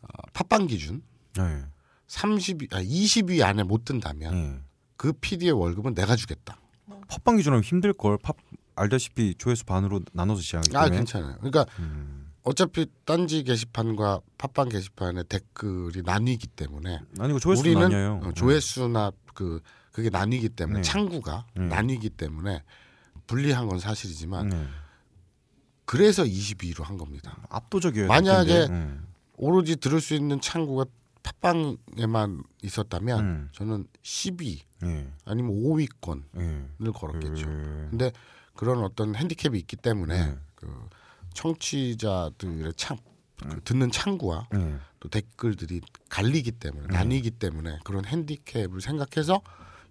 Speaker 1: 어, 팟빵 기준
Speaker 2: 예.
Speaker 1: 30위 아 20위 안에 못 든다면
Speaker 2: 예.
Speaker 1: 그 PD의 월급은 내가 주겠다.
Speaker 2: 팟빵 기준하면 힘들 걸. 팝 알다시피 조회수 반으로 나눠서 시작하기
Speaker 1: 아
Speaker 2: 때문에.
Speaker 1: 괜찮아요. 그러니까
Speaker 2: 음.
Speaker 1: 어차피 딴지 게시판과 팟빵 게시판의 댓글이 나뉘기 때문에
Speaker 2: 아니고 그 조회수
Speaker 1: 우리는
Speaker 2: 나뉘어요.
Speaker 1: 어, 조회수나 그 그게 나뉘기 때문에
Speaker 2: 네.
Speaker 1: 창구가
Speaker 2: 네.
Speaker 1: 나뉘기 때문에 불리한 건
Speaker 2: 네.
Speaker 1: 사실이지만
Speaker 2: 네.
Speaker 1: 그래서 22로 한 겁니다.
Speaker 2: 압도적이어야
Speaker 1: 만약에-
Speaker 2: 될 텐데. 음.
Speaker 1: 오로지 들을 수 있는 창구가 팟빵에만 있었다면
Speaker 2: 음.
Speaker 1: 저는 10위
Speaker 2: 예.
Speaker 1: 아니면 5위권을
Speaker 2: 예.
Speaker 1: 걸었겠죠.
Speaker 2: 예.
Speaker 1: 근데 그런 어떤 핸디캡이 있기 때문에
Speaker 2: 네.
Speaker 1: 그 청취자들의 창 그 듣는 창구와
Speaker 2: 예.
Speaker 1: 또 댓글들이 갈리기
Speaker 2: 음.
Speaker 1: 때문에 나뉘기 때문에 그런 핸디캡을 생각해서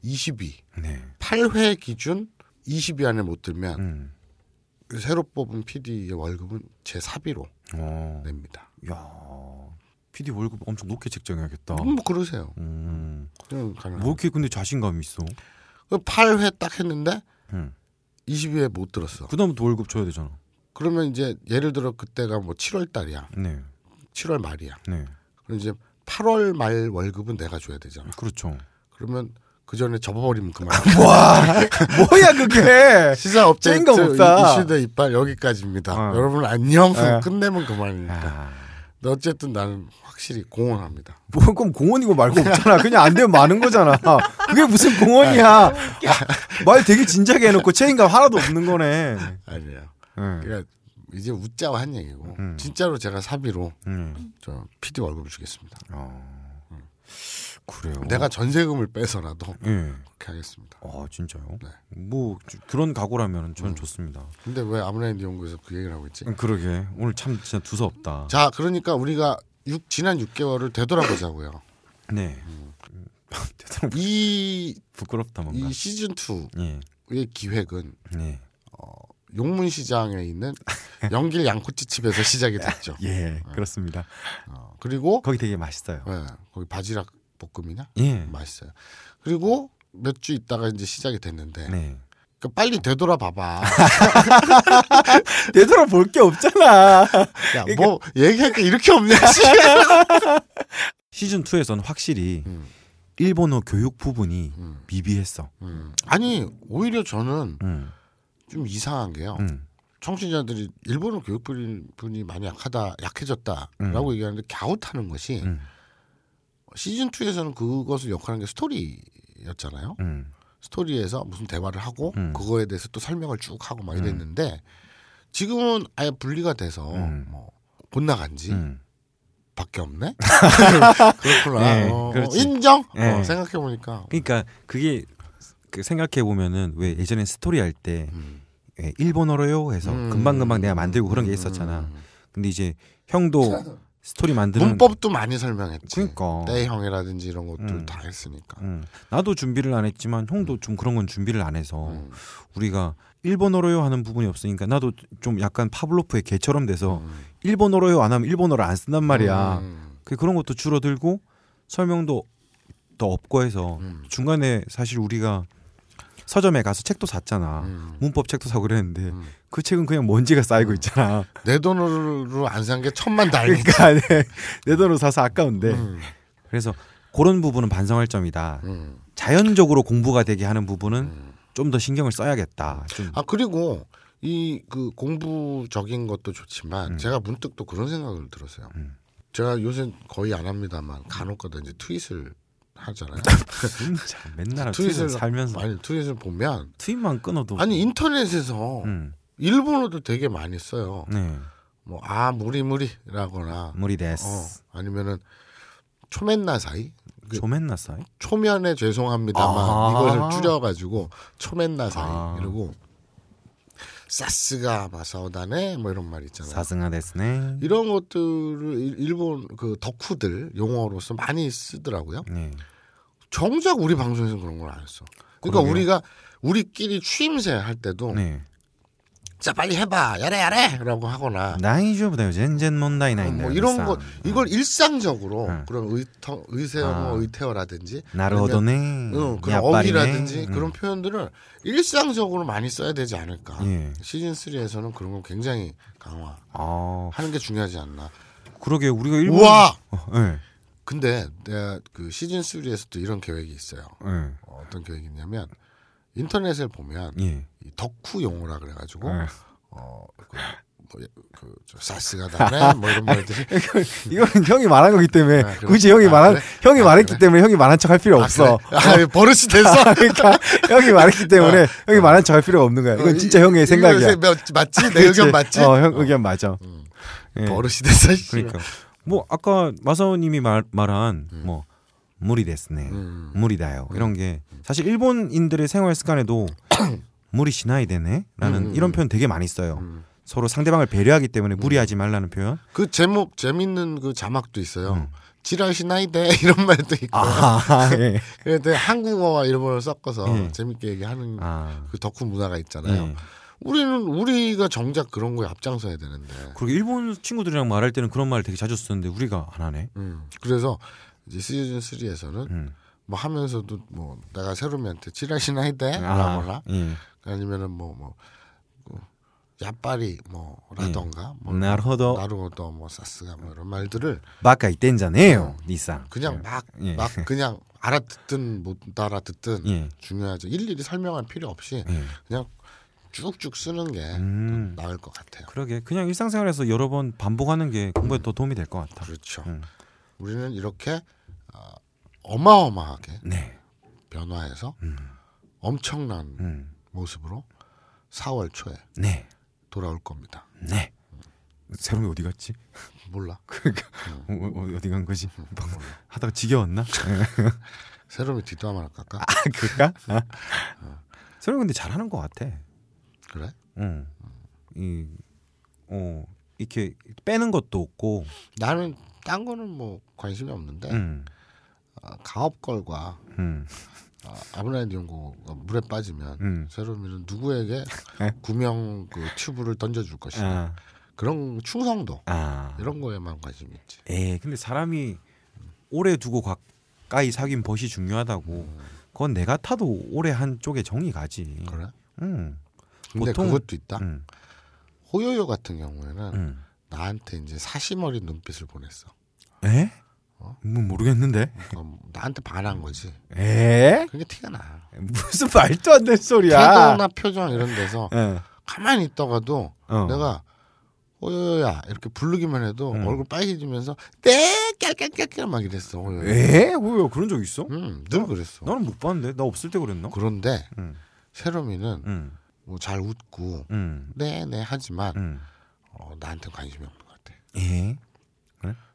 Speaker 1: 20위
Speaker 2: 네.
Speaker 1: 8회 기준 20위 안에 못 들면
Speaker 2: 음.
Speaker 1: 새로 뽑은 PD의 월급은 제 사비로
Speaker 2: 어.
Speaker 1: 냅니다.
Speaker 2: 야. PD 월급 엄청 높게 책정해야겠다.
Speaker 1: 음, 뭐 그러세요.
Speaker 2: 음.
Speaker 1: 그냥 가능.
Speaker 2: 어. 뭐 이렇게 근데 자신감이 있어?
Speaker 1: 그 8회 딱 했는데
Speaker 2: 음.
Speaker 1: 20위에 못 들었어.
Speaker 2: 그다음부터 월급 줘야 되잖아.
Speaker 1: 그러면 이제 예를 들어 그때가 뭐 7월 달이야.
Speaker 2: 네.
Speaker 1: 7월 말이야.
Speaker 2: 네.
Speaker 1: 그럼 이제 8월 말 월급은 내가 줘야 되잖아.
Speaker 2: 그렇죠.
Speaker 1: 그러면 그 전에 접어버리면 그만.
Speaker 2: <laughs> 뭐야
Speaker 1: <laughs>
Speaker 2: 그게?
Speaker 1: 시사 업데이트
Speaker 2: 아, 뭐, 찐거 없다.
Speaker 1: 이슈대 이빨 여기까지입니다.
Speaker 2: 어.
Speaker 1: 여러분 안녕.
Speaker 2: 어.
Speaker 1: 끝내면 그만이니까.
Speaker 2: 아.
Speaker 1: 근데 어쨌든 나는 확실히 공헌합니다.
Speaker 2: <laughs> 뭐 그럼 공원이고 말고 없잖아. 그냥 안 되면 많은 거잖아. 그게 무슨 공원이야. <laughs> 말 되게 진지하게 해놓고 책임감 하나도 없는 거네.
Speaker 1: 아니에요.
Speaker 2: 응.
Speaker 1: 그러니까 이제 웃자고 한 얘기고
Speaker 2: 음.
Speaker 1: 진짜로 제가 사비로
Speaker 2: 응.
Speaker 1: 저 PD 월급 을 주겠습니다.
Speaker 2: 어. 그래요.
Speaker 1: 내가 전세금을 빼서라도
Speaker 2: 예.
Speaker 1: 그렇게 하겠습니다.
Speaker 2: 아 진짜요?
Speaker 1: 네.
Speaker 2: 뭐 주- 그런 각오라면 저는 좋습니다.
Speaker 1: 근데 왜 아무래도 연구에서 그 얘기를 하고 있지?
Speaker 2: 음, 그러게 오늘 참 진짜 두서없다.
Speaker 1: 자, 그러니까 우리가 육- 지난 6개월을
Speaker 2: <laughs>
Speaker 1: 되돌아보자고요.
Speaker 2: 네. 음, <laughs> 되도록
Speaker 1: 이,
Speaker 2: 부끄럽다 뭔가.
Speaker 1: 이 시즌 2의
Speaker 2: 예.
Speaker 1: 기획은
Speaker 2: 예.
Speaker 1: 용문 시장에
Speaker 2: <laughs>
Speaker 1: 있는 영길 양꼬치 집에서 시작이 됐죠.
Speaker 2: 예. 그렇습니다.
Speaker 1: 어, 그리고
Speaker 2: 거기 되게 맛있어요.
Speaker 1: 예, 거기 바지락 볶음이냐
Speaker 2: 예.
Speaker 1: 맛있어요. 그리고 몇 주 있다가 이제 시작이 됐는데
Speaker 2: 네.
Speaker 1: 그러니까 빨리 되돌아
Speaker 2: <laughs>
Speaker 1: 봐봐.
Speaker 2: 되돌아볼 게 없잖아.
Speaker 1: 야 뭐
Speaker 2: 그러니까
Speaker 1: 얘기할 게 이렇게 없냐?
Speaker 2: <laughs>
Speaker 1: 씨.
Speaker 2: 시즌 2에서는 확실히
Speaker 1: 음.
Speaker 2: 일본어 교육 부분이
Speaker 1: 음,
Speaker 2: 미비했어.
Speaker 1: 음. 아니 오히려 저는
Speaker 2: 음.
Speaker 1: 좀 이상한 게요.
Speaker 2: 음.
Speaker 1: 청취자들이 일본어 교육 분이 많이 약하다 약해졌다라고 얘기하는데 갸웃하는 것이
Speaker 2: 음.
Speaker 1: 시즌 2에서는 그것을 역할하는 게 스토리였잖아요.
Speaker 2: 음.
Speaker 1: 스토리에서 무슨 대화를 하고
Speaker 2: 음.
Speaker 1: 그거에 대해서 또 설명을 쭉 하고 막 이랬는데 지금은 아예 분리가 돼서
Speaker 2: 음.
Speaker 1: 뭐 못나간 지
Speaker 2: 음.
Speaker 1: 밖에
Speaker 2: <laughs>
Speaker 1: 없네. 그렇구나.
Speaker 2: 예,
Speaker 1: 어,
Speaker 2: 그렇지.
Speaker 1: 인정.
Speaker 2: 예.
Speaker 1: 생각해 보니까
Speaker 2: 그러니까 그게 그 생각해 보면은 왜 예전에 스토리 할 때 예, 일본어로요 해서
Speaker 1: 음.
Speaker 2: 금방 금방 내가 만들고 그런 게 있었잖아. 근데 이제 형도 스토리 만드는
Speaker 1: 문법도 많이 설명했지.
Speaker 2: 그러니까.
Speaker 1: 때형이라든지 이런 것도
Speaker 2: 음.
Speaker 1: 다 했으니까.
Speaker 2: 음. 나도 준비를 안 했지만
Speaker 1: 음.
Speaker 2: 형도 좀 그런 건 준비를 안 해서 우리가 일본어로요 하는 부분이 없으니까 나도 좀 약간 파블로프의 개처럼 돼서 일본어로요 안 하면 일본어를 안 쓴단 말이야.
Speaker 1: 음.
Speaker 2: 그 그런 것도 줄어들고 설명도 더 없고 해서
Speaker 1: 음.
Speaker 2: 중간에 사실 우리가 서점에 가서 책도 샀잖아.
Speaker 1: 음.
Speaker 2: 문법 책도 사고 그랬는데
Speaker 1: 음.
Speaker 2: 그 책은 그냥 먼지가 쌓이고 있잖아.
Speaker 1: 내 돈으로 안 산 게 천만 다행이다.
Speaker 2: 그러니까 <laughs> 네, 내 돈으로 사서 아까운데.
Speaker 1: 음.
Speaker 2: 그래서 그런 부분은 반성할 점이다.
Speaker 1: 음.
Speaker 2: 자연적으로 공부가 되게 하는 부분은 좀 더 신경을 써야겠다. 좀
Speaker 1: 아 그리고
Speaker 2: 음.
Speaker 1: 이 그 공부적인 것도 좋지만 제가 문득 또 그런 생각을 들었어요. 제가 요새 거의 안 합니다만 간혹가다 이제 트윗을 하잖아요. 그러니까
Speaker 2: 참 맨날 <laughs> 트윗을
Speaker 1: 트윗을
Speaker 2: 살면서
Speaker 1: 아니 트윗을 보면
Speaker 2: 트윗만 끊어도
Speaker 1: 아니 인터넷에서
Speaker 2: 음.
Speaker 1: 일본어도 되게 많이 써요.
Speaker 2: 네
Speaker 1: 뭐 아 무리 무리라거나
Speaker 2: 무리 데스
Speaker 1: 어, 아니면은 초맨나 사이 그-
Speaker 2: 조맨나 사이
Speaker 1: 초면에 죄송합니다만
Speaker 2: 아.
Speaker 1: 이것을 줄여가지고 초맨나 사이
Speaker 2: 아.
Speaker 1: 이러고 사스가 마사오다네 뭐 이런 말 있잖아요.
Speaker 2: 사승아 데스네
Speaker 1: 이런 것들을 일- 일본 그 덕후들 용어로서 많이 쓰더라고요.
Speaker 2: 네
Speaker 1: 정작 우리 방송에서 는 그런 걸 안 했어. 그러니까
Speaker 2: 그러게요.
Speaker 1: 우리가 우리끼리 취임새 할 때도
Speaker 2: 네
Speaker 1: 자 빨리 해봐 야래 야래라고 하거나
Speaker 2: 나이 주부다 젠젠 문다이 나이
Speaker 1: 뭐 이런 거 이걸 일상적으로
Speaker 2: 응.
Speaker 1: 그런 의터 의세어
Speaker 2: 네. 아.
Speaker 1: 뭐 의태어라든지
Speaker 2: 나로도네
Speaker 1: 아니면, 응, 그런 어휘라든지
Speaker 2: 음.
Speaker 1: 그런 표현들을 일상적으로 많이 써야 되지 않을까.
Speaker 2: 예.
Speaker 1: 시즌 3에서는 그런 걸 굉장히 강화하는
Speaker 2: 아
Speaker 1: 게 중요하지 않나.
Speaker 2: 그러게 우리가 일본
Speaker 1: 우와!
Speaker 2: 어, 예,
Speaker 1: 근데 내가 그 시즌 3에서도 이런 계획이 있어요.
Speaker 2: 예,
Speaker 1: 어떤 계획이냐면 인터넷에 보면
Speaker 2: 예.
Speaker 1: 이 덕후 용어라 그래가지고
Speaker 2: 예.
Speaker 1: 어그 뭐, 그, 저, 사스가 다네 뭐 이런
Speaker 2: <laughs>
Speaker 1: 말들이
Speaker 2: 이거는 형이 말한 거기 때문에
Speaker 1: 아, 그래?
Speaker 2: 굳이 형이
Speaker 1: 아,
Speaker 2: 말한
Speaker 1: 그래?
Speaker 2: 형이
Speaker 1: 아,
Speaker 2: 말했기
Speaker 1: 그래?
Speaker 2: 때문에 형이 말한 척 할 필요 없어.
Speaker 1: 아, 그래? 아,
Speaker 2: <laughs>
Speaker 1: 버릇이 됐어.
Speaker 2: 그러니까 <laughs> 형이 말했기 때문에 형이 말한 척 할 필요가 없는 거야. 이건 진짜
Speaker 1: 아,
Speaker 2: 형의
Speaker 1: 어. 이거
Speaker 2: 생각이야.
Speaker 1: 몇- 맞지? 내 의견
Speaker 2: 그치?
Speaker 1: 맞지? 음.
Speaker 2: 어, 형 의견 맞아. 예.
Speaker 1: 버릇이 됐어. 씨.
Speaker 2: 그러니까 뭐 아까 마사오님이 말 말한 뭐 무리 됐네,
Speaker 1: 음.
Speaker 2: 무리다요 이런 게 사실 일본인들의
Speaker 1: <coughs>
Speaker 2: 생활 습관에도 무리 시나이 되네라는
Speaker 1: 음,
Speaker 2: 이런
Speaker 1: 음.
Speaker 2: 표현 되게 많이 써요.
Speaker 1: 음.
Speaker 2: 서로 상대방을 배려하기 때문에 무리하지 말라는 표현.
Speaker 1: 그 제목 재밌는 그 자막도 있어요. 지랄시나이데 <laughs> 이런 말도 있고.
Speaker 2: 음. 아, 예.
Speaker 1: 그래도 한국어와 일본어를 섞어서
Speaker 2: 예.
Speaker 1: 재밌게 얘기하는
Speaker 2: 아.
Speaker 1: 그 덕후 문화가 있잖아요.
Speaker 2: 예.
Speaker 1: 우리는 우리가 정작 그런 거에 앞장서야 되는데.
Speaker 2: 그리고 일본 친구들이랑 말할 때는 그런 말을 되게 자주 쓰는데 우리가 안 하네.
Speaker 1: 음. 그래서 이제 시즌 3에서는
Speaker 2: 음.
Speaker 1: 뭐 하면서도 뭐 내가 새롬이한테 지랄시나이데라거나
Speaker 2: 아, 예.
Speaker 1: 아니면은 뭐뭐 야빨이
Speaker 2: 음.
Speaker 1: 뭐라던가 뭐
Speaker 2: 나르호도
Speaker 1: 나루고도 뭐 사스가 뭐 이런 말들을
Speaker 2: 바카
Speaker 1: 어.
Speaker 2: 이땐잖아요, 니상.
Speaker 1: 그냥 막 막
Speaker 2: 예. <laughs>
Speaker 1: 그냥 알아듣든 못 알아듣든
Speaker 2: 예.
Speaker 1: 중요하죠. 일일이 설명할 필요 없이
Speaker 2: 예.
Speaker 1: 그냥 쭉쭉 쓰는 게
Speaker 2: 음.
Speaker 1: 나을 것 같아요.
Speaker 2: 그러게 그냥 일상생활에서 여러 번 반복하는 게 공부에 더 도움이 될 것 같아.
Speaker 1: 그렇죠.
Speaker 2: 음.
Speaker 1: 우리는 이렇게 아, 어마어마하게
Speaker 2: 네.
Speaker 1: 변화해서
Speaker 2: 음.
Speaker 1: 엄청난
Speaker 2: 음.
Speaker 1: 모습으로 4월 초에
Speaker 2: 네.
Speaker 1: 돌아올 겁니다.
Speaker 2: 네. 새로운 게 어디 갔지?
Speaker 1: 몰라.
Speaker 2: 그러니까 어, 어, 어디 간 거지?
Speaker 1: 음. <laughs>
Speaker 2: 하다가 지겨웠나?
Speaker 1: 새롬이 뒷담화 할까?
Speaker 2: 아, 그럴까?
Speaker 1: 어.
Speaker 2: 아. 새로운 근데 잘하는 것 같아.
Speaker 1: 그래?
Speaker 2: 응. 이, 어, 이렇게 빼는 것도 없고.
Speaker 1: 나는 딴 거는 뭐 관심이 없는데
Speaker 2: 응.
Speaker 1: 아, 가업걸과
Speaker 2: 응.
Speaker 1: 아, 아브라함 연구가 물에 빠지면
Speaker 2: 음. 네.
Speaker 1: 새롬이는
Speaker 2: <laughs>
Speaker 1: 누구에게 구명 그 튜브를 던져줄 것이냐
Speaker 2: 아.
Speaker 1: 그런 충성도
Speaker 2: 아.
Speaker 1: 이런 거에만 관심이 있지.
Speaker 2: 에 예, 근데 사람이 오래 두고 가까이 사귄 벗이 중요하다고. 그건 내가 타도 오래 한 쪽에 정이 가지.
Speaker 1: 그래?
Speaker 2: 응.
Speaker 1: 근데
Speaker 2: 음. 보통은- 음.
Speaker 1: 그것도 있다.
Speaker 2: 응.
Speaker 1: 호요요 같은 경우에는
Speaker 2: 응.
Speaker 1: 나한테 이제 사시머리 눈빛을 보냈어.
Speaker 2: 에?
Speaker 1: 어?
Speaker 2: 뭐 모르겠는데.
Speaker 1: 그럼 나한테 반한 거지.
Speaker 2: 에?
Speaker 1: 그게 티가 나.
Speaker 2: 무슨 말도 안 되는 소리야.
Speaker 1: 태도나 표정 이런 데서
Speaker 2: 예.
Speaker 1: 가만히 있다가도
Speaker 2: 어.
Speaker 1: 내가 호요요야 이렇게 부르기만 해도
Speaker 2: 음.
Speaker 1: 얼굴 빨개지면서 네 깔깔깔깔 막 이랬어 호요요.
Speaker 2: 에? 뭐야 그런 적 있어?
Speaker 1: 음, 늘 그랬어.
Speaker 2: 나는 못 봤는데. 나 없을 때 그랬나? 음,
Speaker 1: 그런데
Speaker 2: 응.
Speaker 1: 세롬이는
Speaker 2: 응.
Speaker 1: 뭐 잘
Speaker 2: 음.
Speaker 1: 웃고
Speaker 2: 응.
Speaker 1: 네네 하지만
Speaker 2: 응.
Speaker 1: 어, 나한테 관심이 없는 것 같아.
Speaker 2: 음. 에?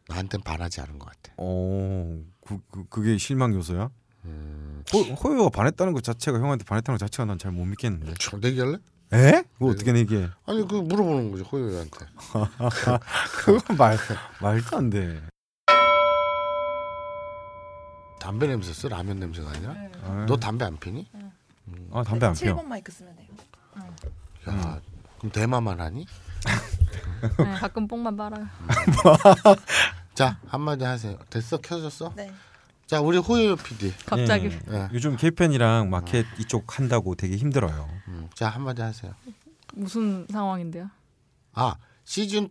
Speaker 1: 나한테 반하지 않은 것 같아.
Speaker 2: 어. 그, 그 그게 실망 요소야?
Speaker 1: 음,
Speaker 2: 호, 호요가 반했다는 것 자체가 형한테 반했다는 것 자체가 난 잘 못 믿겠는데.
Speaker 1: 저 내기할래?
Speaker 2: 에? 그거 어떻게 내게?
Speaker 1: 아니 그 물어보는 거지 호요요한테.
Speaker 2: <laughs> 그건 말 말도 안 돼.
Speaker 1: 담배 냄새 써? 라면 냄새가 아니라?
Speaker 2: 아,
Speaker 1: 너 담배 안 피니?
Speaker 2: 아, 담배 안 피워.
Speaker 3: 7번 마이크 쓰면 돼요.
Speaker 1: 야,
Speaker 2: 음.
Speaker 1: 그럼 대마만 하니?
Speaker 6: 네, 가끔 뽕만 빨아요.
Speaker 1: 자 한마디 하세요. 됐어 켜졌어?
Speaker 3: 네.
Speaker 1: 자 우리 호요요 PD.
Speaker 6: 갑자기
Speaker 2: 예.
Speaker 1: 예.
Speaker 2: 요즘 개편이랑 마켓 이쪽 한다고 되게 힘들어요.
Speaker 1: 음, 자 한마디 하세요.
Speaker 6: 무슨 상황인데요?
Speaker 1: 아 시즌 2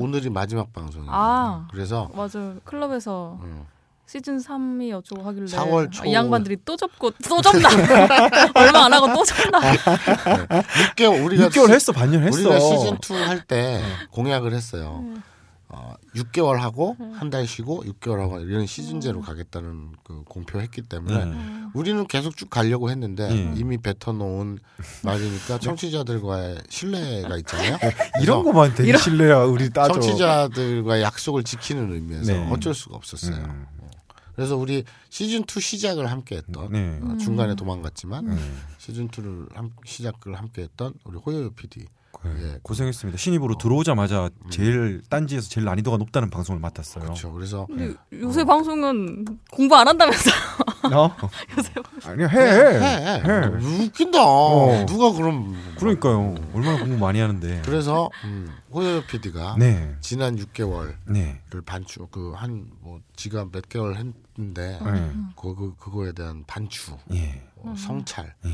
Speaker 1: 오늘이 마지막 방송이에요.
Speaker 6: 아.
Speaker 1: 그래서
Speaker 6: 맞아요. 클럽에서
Speaker 1: 음,
Speaker 6: 시즌 3이 어쩌고 하길래
Speaker 1: 4월 초.
Speaker 6: 아, 이 양반들이 또 접고 또 접나 <laughs> 얼마 안 하고 또 접나
Speaker 1: 아, 네. 6개월 우리가
Speaker 2: 6개월 했어, 네. 반년 했어.
Speaker 1: 우리가 시즌 2 할 때 공약을 했어요. 어, 6개월 하고 한 달 쉬고 6개월 하고 이런 시즌제로
Speaker 6: 음.
Speaker 1: 가겠다는 그 공표했기 때문에
Speaker 2: 네. 음.
Speaker 1: 우리는 계속 쭉 가려고 했는데 이미 뱉어놓은
Speaker 2: <laughs>
Speaker 1: 말이니까 청취자들과의 신뢰가 있잖아요.
Speaker 2: 네. 이런 것만 되게 신뢰야 우리 따져.
Speaker 1: 청취자들과 약속을 지키는 의미에서
Speaker 2: 네.
Speaker 1: 어쩔 수가 없었어요. 어. 그래서 우리 시즌 2 시작을 함께했던
Speaker 2: 네.
Speaker 6: 음.
Speaker 1: 어, 중간에 도망갔지만
Speaker 2: 음.
Speaker 1: 시즌 2를 시작을 함께했던 우리 호요요 PD
Speaker 2: 네,
Speaker 1: 예,
Speaker 2: 고생했습니다. 신입으로 들어오자마자 제일 딴지에서 제일 난이도가 높다는 방송을 맡았어요.
Speaker 1: 그렇죠. 그래서
Speaker 6: 근데
Speaker 1: 어.
Speaker 6: 요새 방송은 공부 안 한다면서 <laughs>
Speaker 2: 어? 아니 해. 해. 어.
Speaker 1: 해. 웃긴다. 누가 그럼
Speaker 2: 그러니까요. 얼마나 공부 많이 하는데.
Speaker 1: 그래서 음, 호요 PD가
Speaker 2: 네.
Speaker 1: 지난 6개월을
Speaker 2: 네.
Speaker 1: 반추 그 한 뭐 지가 몇 개월 했는데
Speaker 2: 네.
Speaker 1: 그, 그 그거에 대한 반추,
Speaker 2: 예.
Speaker 1: 어, 성찰,
Speaker 2: 예.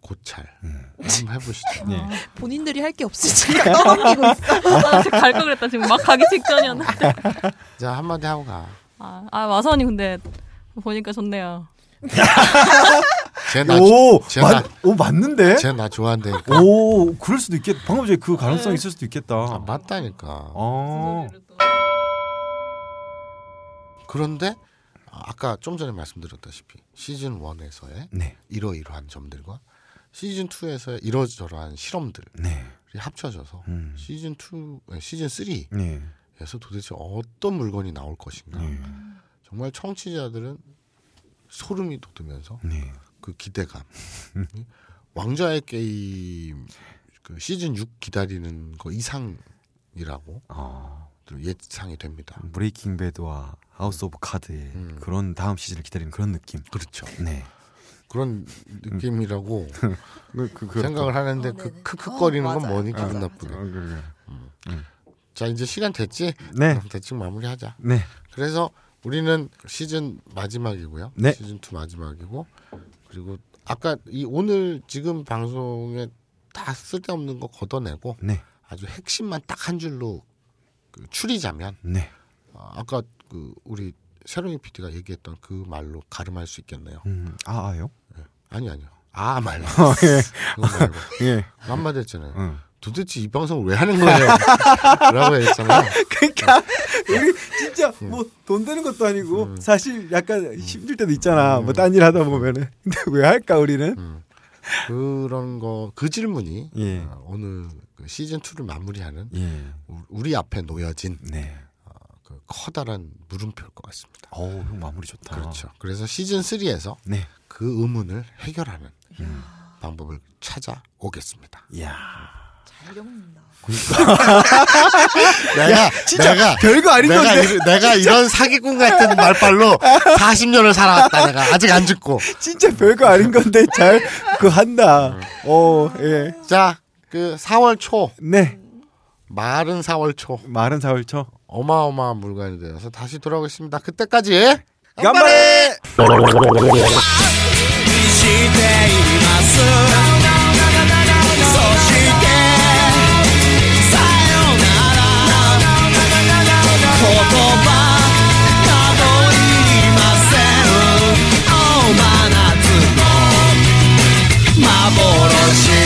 Speaker 1: 고찰
Speaker 2: 네.
Speaker 1: 한번 해보시죠.
Speaker 3: 본인들이 할 게 <laughs> 없으니까 떠넘기고 있어.
Speaker 6: 갈걸 그랬다 지금 막 가기 직전이었는데.
Speaker 1: 자 한마디 하고 가.
Speaker 6: 아, 아 마선이 근데 보니까 좋네요.
Speaker 1: 쟤나
Speaker 2: 오,
Speaker 1: 쟤나
Speaker 2: 맞, 오 맞는데?
Speaker 1: 쟤나 좋아한다니까.
Speaker 2: 오, 그럴 수도 있겠. 방금 전에 그 가능성이 있을 수도 있겠다.
Speaker 1: 아, 맞다니까.
Speaker 2: 어.
Speaker 1: 그런데 아까 좀 전에 말씀드렸다시피 시즌 1에서의
Speaker 2: 네.
Speaker 1: 이러이러한 점들과 시즌 2에서의 이러저러한 실험들이
Speaker 2: 네.
Speaker 1: 합쳐져서
Speaker 2: 음.
Speaker 1: 시즌 2 시즌 3에서
Speaker 2: 네.
Speaker 1: 도대체 어떤 물건이 나올 것인가. 정말 청취자들은 소름이 돋으면서
Speaker 2: 네.
Speaker 1: 그 기대감. <laughs> 왕좌의 게임 그 시즌 6 기다리는 거 이상이라고
Speaker 2: 어.
Speaker 1: 예상이 됩니다.
Speaker 2: 브레이킹 배드와 하우스 오브 카드의 그런 다음 시즌을 기다리는 그런 느낌.
Speaker 1: 그렇죠.
Speaker 2: 네.
Speaker 1: 그런 느낌이라고
Speaker 2: <laughs> 그, 그, 그,
Speaker 1: 생각을 하는데 그
Speaker 3: 네네.
Speaker 1: 크크거리는
Speaker 3: 어,
Speaker 1: 건
Speaker 3: 맞아요.
Speaker 1: 뭐니 기분
Speaker 3: 맞아,
Speaker 1: 나쁘게. 음.
Speaker 2: 어, 그,
Speaker 1: 자 이제 시간 됐지?
Speaker 2: 그. 네.
Speaker 1: 그럼 대충 마무리하자.
Speaker 2: 네.
Speaker 1: 그래서 우리는 시즌 마지막이고요.
Speaker 2: 네.
Speaker 1: 시즌 2 마지막이고 그리고 아까 이 오늘 지금 방송에 다 쓸데없는 거 걷어내고
Speaker 2: 네.
Speaker 1: 아주 핵심만 딱 한 줄로 그 추리자면
Speaker 2: 네.
Speaker 1: 아, 아까 그 우리 새로이 PD가 얘기했던 그 말로 가름할 수 있겠네요.
Speaker 2: 음. 아, 아요?
Speaker 1: 아니 아니요. 아
Speaker 2: <laughs>
Speaker 1: 말로. 그거 말고.
Speaker 2: 예.
Speaker 1: 한마디 했잖아요.
Speaker 2: 어, 응.
Speaker 1: 도대체 이 방송 왜 하는 거예요? <laughs> 라고 했잖아요.
Speaker 2: 그러니까 우리 진짜
Speaker 1: 예.
Speaker 2: 뭐 돈 되는 것도 아니고
Speaker 1: 음.
Speaker 2: 사실 약간 힘들 때도 있잖아. 뭐 딴 일 하다
Speaker 1: 음.
Speaker 2: 보면은. 근데 왜 할까 우리는?
Speaker 1: 그런 거 그 질문이
Speaker 2: 예.
Speaker 1: 어, 오늘 그 시즌 2를 마무리하는
Speaker 2: 예.
Speaker 1: 우- 우리 앞에 놓여진
Speaker 2: 네.
Speaker 1: 그 커다란 물음표일 것 같습니다.
Speaker 2: 어우, 형 마무리 좋다.
Speaker 1: 그렇죠. 그래서 시즌 3에서
Speaker 2: 네.
Speaker 1: 그 의문을 해결하는
Speaker 2: 음.
Speaker 1: 방법을 찾아오겠습니다.
Speaker 2: 야.
Speaker 3: 잘 겪는다.
Speaker 1: 내가
Speaker 2: 진짜
Speaker 1: 내가
Speaker 2: 별거 아니던데.
Speaker 1: 내가, 이, 내가 이런 사기꾼 같은 말빨로 40년을 살아왔다 내가 아직 안 죽고
Speaker 2: 진짜 별거 아닌 건데
Speaker 1: <laughs>
Speaker 2: 잘 그
Speaker 1: 음.
Speaker 2: 한다. 어, 예.
Speaker 1: 자 그 4월 초
Speaker 2: 네.
Speaker 1: 마른 4월 초
Speaker 2: 마른 사월초
Speaker 1: 어마어마한 물건이 되어서 다시 돌아오겠습니다. 그때까지
Speaker 2: 간발에
Speaker 7: 幻